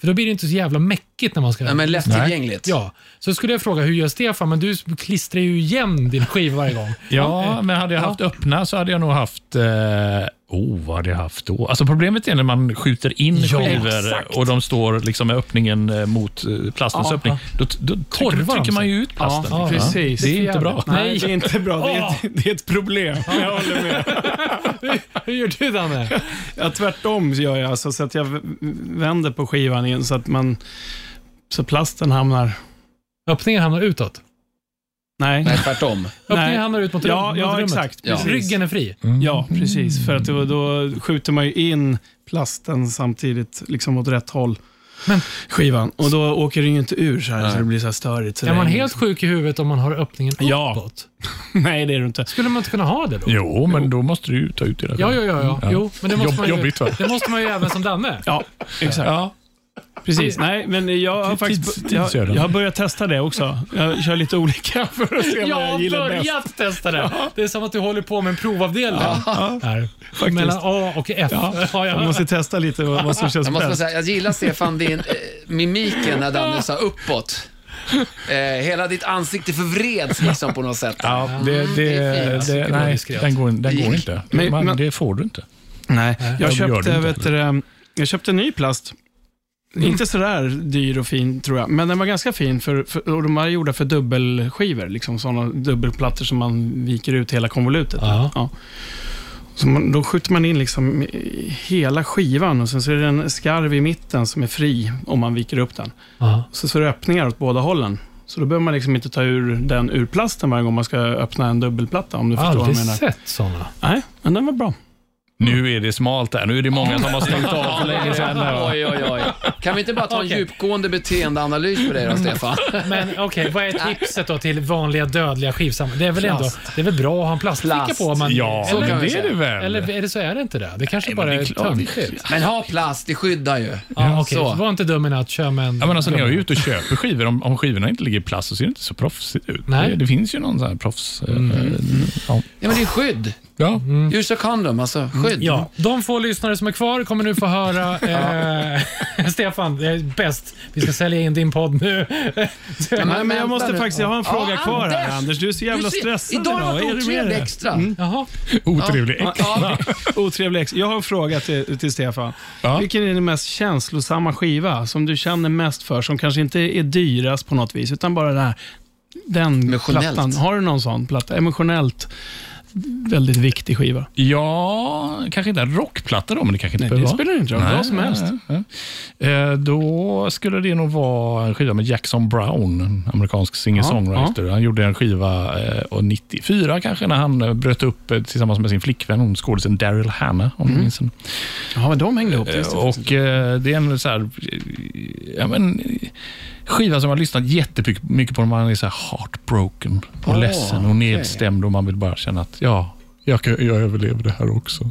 För då blir det inte så jävla mäckigt när man ska...
Mm. Nej, men lättillgängligt.
Ja, så skulle jag fråga, hur gör Stefan? Men du klistrar ju igen din skiva varje gång. eh,
Ja, men hade jag haft öppna så hade jag nog haft... Eh, oh, vad hade jag haft då? Alltså problemet är när man skjuter in skivor och de står liksom med öppningen eh, mot eh, plastens
Ja.
öppning. Då, då trycker,
Korvar de
trycker man
sig?
ju ut plasten.
Ja,
liksom.
precis.
Det är inte bra.
Nej, det är inte bra. Det är ett, det är ett problem. Jag håller med.
Hur gör du Danne?
Ja, tvärtom gör jag alltså, så, så att jag v- vänder på skivan in så att man så plasten hamnar...
Öppningen hamnar utåt.
Nej.
Nej, tvärtom.
Öppningen
Nej.
hamnar ut mot, rum,
Ja,
mot
ja
rummet. Mm.
exakt.
Ja.
Precis.
Ryggen är fri.
Ja, precis. För att då, då skjuter man ju in plasten samtidigt liksom åt rätt håll.
Men-
skivan. Och då åker den ju inte ur så här så det blir så här störigt. Så
Är
det
man
hänger
helt sjuk i huvudet om man har öppningen
Ja.
uppåt?
Nej, det är det inte.
Skulle man inte kunna ha det då?
Jo, men då måste du ju ta ut det där.
Ja, ja, ja. ja. Jo, men det måste,
Jobb-
man ju,
jobbigt, va?
det måste man ju även som Danne.
Ja, exakt.
Ja.
Precis. Nej, men jag har
Tids-
faktiskt jag,
tidsödande.
jag har börjat testa det också. Jag kör lite olika för att se vad
Jag
jag
har
gillar bäst.
börjat testa det. Det är som att du håller på med en provavdelning. Här. Mellan A och F. Ja.
Jag måste testa lite vad, vad som känns
Jag måste bara
bäst.
säga, jag gillar Stefan din eh, mimiken när Danne sa uppåt. Eh, hela ditt ansikte förvreds liksom på något sätt. Mm.
Ja, det, det,
det är fint.
det,
Det var
nej,
diskret.
den går, den går
Gick.
inte.
Men-
man,
men-
det får du inte.
Nej, jag
de gör det
köpte,
inte. Mm.
vet du, det, jag köpte ny plast. Inte sådär dyr och fin tror jag, men den var ganska fin för, för, och de var gjorda för dubbelskivor. Liksom sådana dubbelplattor som man viker ut hela konvolutet.
Ja.
Så man, då skjuter man in liksom i- hela skivan och sen så är det en skarv i mitten som är fri om man viker upp den.
Ja.
Så, så är det öppningar åt båda hållen. Så då behöver man liksom inte ta ur den ur plasten varje gång man ska öppna en dubbelplatta
Ah,
om du förstår vad
Aldrig
jag menar.
sett sådana.
Nej, men den var bra.
Nu är det smalt där. Nu är det många som har stängt av för länge sedan.
Oj, oj, oj. Kan vi inte bara ta en
Okej.
djupgående beteendeanalys på dig då, Stefan?
Men okej, vad är tipset då till vanliga dödliga skivsamlare? Det är väl ändå det är väl bra att ha en plastficka
Plast.
på? om Man,
Ja,
Så kan
men
vi
det är
säga.
det väl?
Eller är det så är det inte det? Det kanske
men
bara
det är
är
klart.
töntigt.
Men ha plast, det skyddar ju.
Ja, okej.
så.
Så Var inte dum i natt, kör med en...
Ja, men alltså, när jag är ute och köper skivor, om, om skivorna inte ligger i plast så ser det inte så proffsigt ut.
Nej.
Det, det finns ju någon sån här proffs... eh, Ja.
Ja, men det är skydd.
Ja.
Mm.
Use a condom, alltså skydd.
Ja, de få lyssnare som är kvar kommer nu få höra eh, Stefan, det är bäst. Vi ska sälja in din podd nu.
Nej, men jag måste
vänta nu.
faktiskt, jag har en fråga
Ja,
kvar här
Ah, Anders!
Anders. Du är så jävla
Du ser-
stressad
Idag har varit
Är du med
otrevlig
det? Mm.
extra.
Jaha.
Otrevlig äck.
Ja,
Otrevlig ex. Jag har en fråga till, till Stefan.
Ja.
Vilken är den mest känslosamma skiva som du känner mest för, som kanske inte är dyrast på något vis, utan bara den här, den
Emotionellt.
plattan. Har du någon sån platta? Emotionellt väldigt viktig skiva.
Ja, kanske inte en rockplatta då, men det kanske inte
Nej,
behöver
det
vara.
spelar inte roll. Vad som helst.
nej, nej. Eh, Då skulle det nog vara en skiva med Jackson Brown, en amerikansk singer-songwriter. Han gjorde en skiva eh, och 94 kanske, när han eh, bröt upp eh, tillsammans med sin flickvän, hon skådisen Daryl Hannah, om du minns henne.
Ja, men de hängde ihop.
Eh,
Just det.
Och eh, det är en så här, eh, ja, men, eh, skiva som jag har lyssnat jättemycket på när man är så här heartbroken och
Ah,
ledsen och
okej.
nedstämd och man vill bara känna att ja, Jag, kan- jag överlevde här också.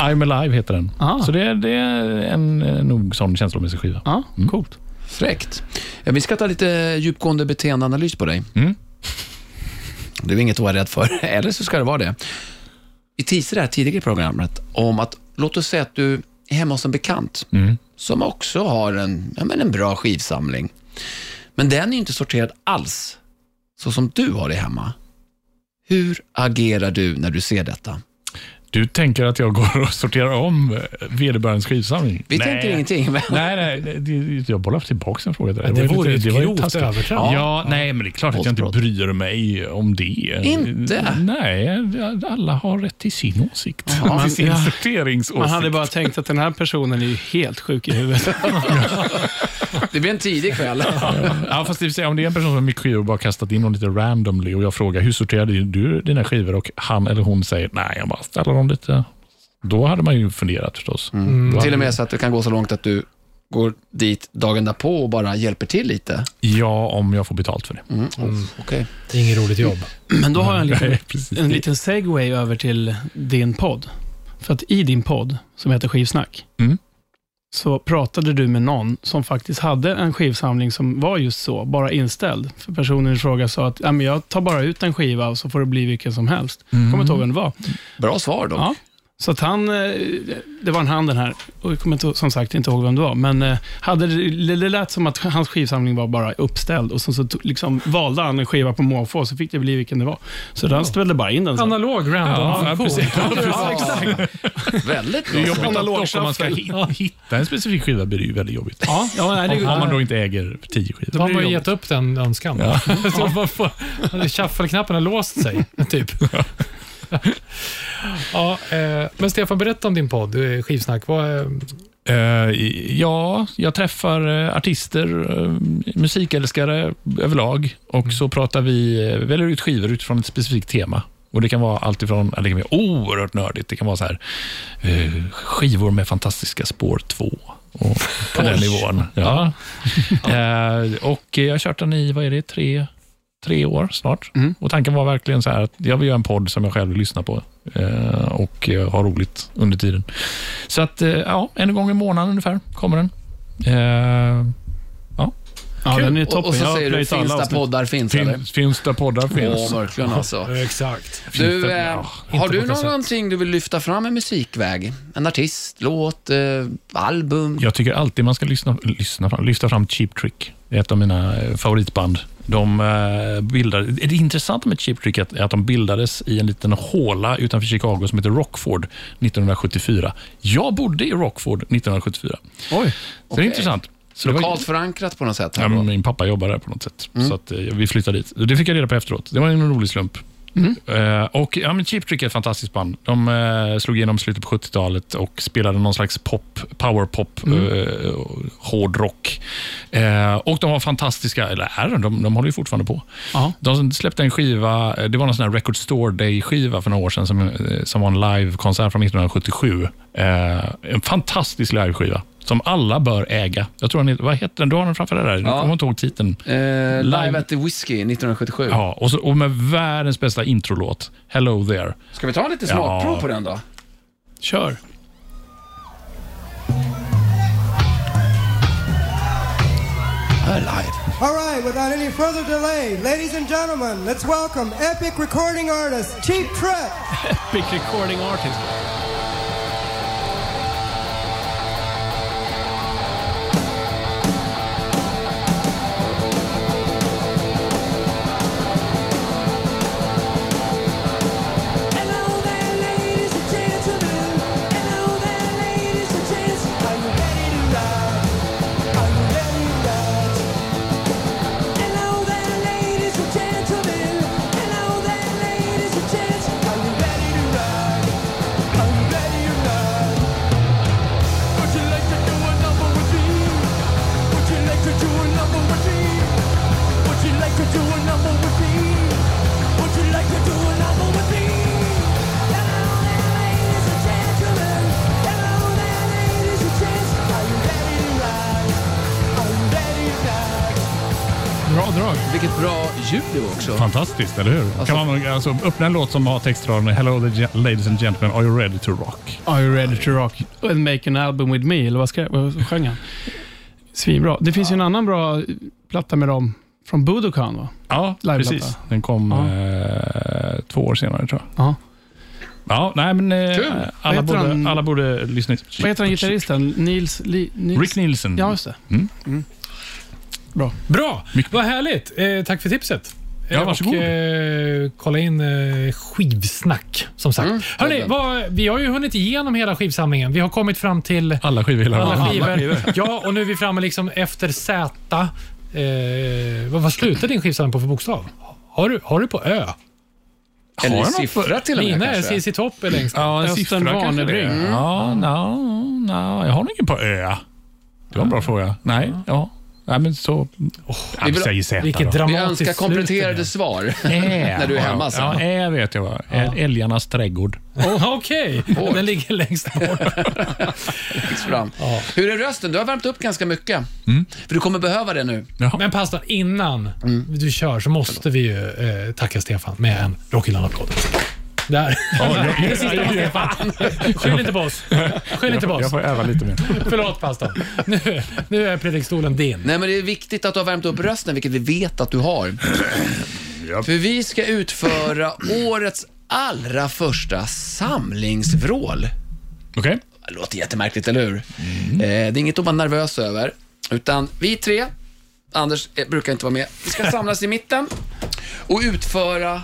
I'm Alive heter den.
Ah.
Så det, det är en eh, nog sån känslomässig skiva. Mm.
Ja, coolt.
Fräckt. Ja, vi ska ta lite djupgående beteendeanalys på dig.
Mm.
Det är inget att vara rädd för, eller så ska det vara det. Vi teasade det här tidigare i programmet om att, låt oss säga att du är hemma hos en bekant
Mm.
som också har en, ja, men en bra skivsamling. Men den är inte sorterad alls, så som du har det hemma. Hur agerar du när du ser detta?
Du tänker att jag går och sorterar om eh, vederbörandes skivsamling?
Vi
Nej.
tänker ingenting. Men...
Nej, nej, det- det- jag bollar tillbaka en fråga. Där.
Men det vore ju ett
var
grovt
taskigt.
övertramp.
Ja, nej, men det är klart att jag inte
Våldsbrott.
bryr mig om det.
Inte?
Nej, alla har rätt till sin åsikt.
Ja,
till sin
men- ja.
sorteringsåsikt.
Man hade bara tänkt att den här personen är ju helt sjuk i huvudet.
Det blir en tidig kväll.
Mm. Ja, fast det vill säga, om det är en person som har mycket skivor och bara kastat in dem lite randomly och jag frågar hur sorterade du dina skivor och han eller hon säger nej, jag bara ställer dem lite. Då hade man ju funderat förstås. Då
Till och
hade-
med så att det kan gå så långt att du går dit dagen därpå och bara hjälper till lite.
Ja, om jag får betalt för det.
Mm. Okej.
Det är inget roligt jobb.
Men då har jag en liten,
Nej, precis.
en liten segway över till din podd. För att i din podd, som heter Skivsnack,
Mm.
så pratade du med någon som faktiskt hade en skivsamling som var just så, bara inställd. För personen i fråga sa att "Ja, men jag tar bara ut en skiva och så får det bli vilken som helst. Kommer inte ihåg vem det var.
Bra svar då.
Ja. Så att han, eh, det var en han den här, och jag kommer inte, som sagt inte ihåg vem det var, men eh, hade, det det lät som att hans skivsamling var bara uppställd och så, så to- liksom, valde han en skiva på måfå, så fick det bli vilken det var. Så han ställde bara in den. sen.
Analog
Ja,
random
ja, precis. Ja, precis.
Ja, exakt.
Väldigt
Det
bra
är jobbigt
svar.
att dock, om man ska hi- hitta en specifik skiva blir det ju väldigt jobbigt.
Ja, ja, nej, det,
Om, om man då inte äger tio skivor.
Då har man
blir
ju
det
gett upp den önskan.
Ja.
Så man får- Shuffle-knappen har låst sig, typ. ja, eh, men Stefan, berätta om din podd, eh, Skivsnack. Vad, eh,
Eh, ja, jag träffar eh, artister, eh, musikälskare överlag och så pratar vi, eh, väljer ut skivor utifrån ett specifikt tema. Och Det kan vara allt ifrån, eller det kan vara oerhört nördigt, det kan vara så här, eh, skivor med fantastiska spår 2. Och på den nivån. Ja. Eh, och eh, jag har kört den i, vad är det, tre, tre år snart.
Mm.
Och Tanken var verkligen så här att jag vill göra en podd som jag själv vill lyssna på eh, och eh, ha roligt under tiden. Så att, eh, ja, en gång i månaden ungefär kommer den. Eh,
ja, den är
Och,
toppen.
och
Jag
så
har
säger du,
plöjt alla
finns där
avsnitt.
poddar finns, eller?
finns, finns där poddar finns.
Åh, verkligen alltså.
exakt.
Finns
Du,
det-
eh,
ja,
har
inte
du
på kassett.
någonting du vill lyfta fram i musikväg? En artist, låt, eh, album?
Jag tycker alltid man ska lyssna, lyssna fram, lyfta fram Cheap Trick. Det är ett av mina eh, favoritband. De eh, bildade, det intressanta med Cheap Trick är att- är att de bildades i en liten håla utanför Chicago som heter Rockford 1974. Jag bodde i Rockford 1974.
Oj.
Så det är intressant. Så det var-
Lokalt förankrat på något sätt?
Ja,
Här
men
då.
min pappa jobbar där på något sätt. Så att, eh, vi flyttade dit. Det fick jag reda på efteråt. Det var en rolig slump. Eh, och ja, men Cheap Trick är ett fantastiskt band. De eh, slog igenom i slutet på 70-talet och spelade någon slags pop, powerpop, eh, och hårdrock. Eh, och de var fantastiska, eller är de, de, de håller ju fortfarande på.
Ja.
De släppte en skiva, eh, det var någon sån här Record Store Day-skiva för några år sedan, som, eh, som var en livekonsert från 1977. Eh, en fantastisk liveskiva som alla bör äga. Jag tror den heter, vad heter den? Du har den framför dig där.
Ja.
Jag kommer inte ihåg titeln.
Eh,
live-
live at the Whiskey 1977.
Ja, och, så, och med världens bästa introlåt, Hello there.
Ska vi ta lite smakprov
Ja.
på den då?
Kör.
Här live.
All right, without any further delay, ladies and gentlemen, let's welcome epic recording artist Cheap Trick.
Big recording artist.
Hello there, ladies and gentlemen. Hello there, ladies and gents. Are you ready to ride? Are you ready to ride? Hello there, ladies and gentlemen. Hello there, ladies and gents. Are you ready to ride? Are you
Luleå också.
Fantastiskt, eller hur?
Alltså-
kan man alltså, öppna en låt som har textraden Hello the gen- ladies and gentlemen, are you ready to rock?
Are you ready to rock? And make an album with me, eller vad, skrev, vad sjöng han? Svinbra. Det finns ju en annan bra platta med dem från Budokan, va?
Ja,
Liveplatta.
precis. Den kom
Ja.
eh, två år senare tror jag.
Ja.
Ja, nej men eh,
Kul. Vad
alla,
heter
borde,
han?
alla borde lyssna.
Vad heter han gitarristen? Nils... Li, Nils?
Rick Nielsen.
Ja, just det.
Bra!
Mycket.
Vad härligt. Eh, tack för tipset.
Ja,
Eh,
varsågod.
Och, eh, kolla in eh, skivsnack, som sagt. Hörrni,
verkligen.
vad, vi har ju hunnit igenom hela skivsamlingen. Vi har kommit fram till
Alla skivor i hela
alla
världen.
skivor. Ja, och nu är vi framme liksom efter Z. Eh, vad, vad slutar din skivsamling på för bokstav? Har du, har du på Ö?
Eller
Har
i
jag någon
siffra till och med
Mina är
kanske.
CC Topp är längst
Ja, en
Östen Mm.
siffra kanske det
Warnerbring.
är. Ja, no, no, jag har nog ingen på Ö. Det var en bra fråga. Nej, ja. Nej, men så... Oh, vi
vill-
säger Z
Vilket
då.
Vi
dramatiskt
önskar
slut det blev.
kompletterande svar.
Ä.
när du är hemma alltså. sen.
Ja, Ä vet jag vad. Ä- Älgarnas trädgård.
Oh, Okej, den ligger längst bort.
Fram. Hur är rösten? Du har värmt upp ganska mycket.
Mm.
För du kommer behöva det nu.
Men pastor, innan du kör så måste vi ju eh, tacka Stefan med en Rockylland-applåd. Där. det är sista Stefan. Skyll inte på oss. Skyll inte på
Jag
oss.
får öva lite mer.
Förlåt pastorn. Nu, nu är predikstolen din.
Nej, men det är viktigt att du har värmt upp rösten, vilket vi vet att du har. För vi ska utföra årets allra första samlingsvrål.
Okej.
Det låter jättemärkligt, eller hur? Eh, det är inget att vara nervös över, utan vi tre, Anders eh, brukar inte vara med, vi ska samlas i mitten och utföra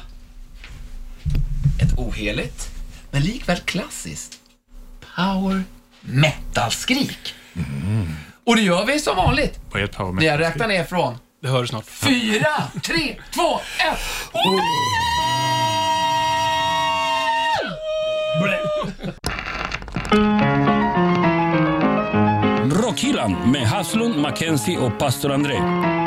ett oheligt, men likväl klassiskt power metal-skrik.
Mm.
Och det gör vi som vanligt.
Vad är ett power
När jag
metal?
räknar ner från
Det hör du snart.
fyra, tre, två, ett.
Rockhyllan med Haslund, Mackenzie och pastor André.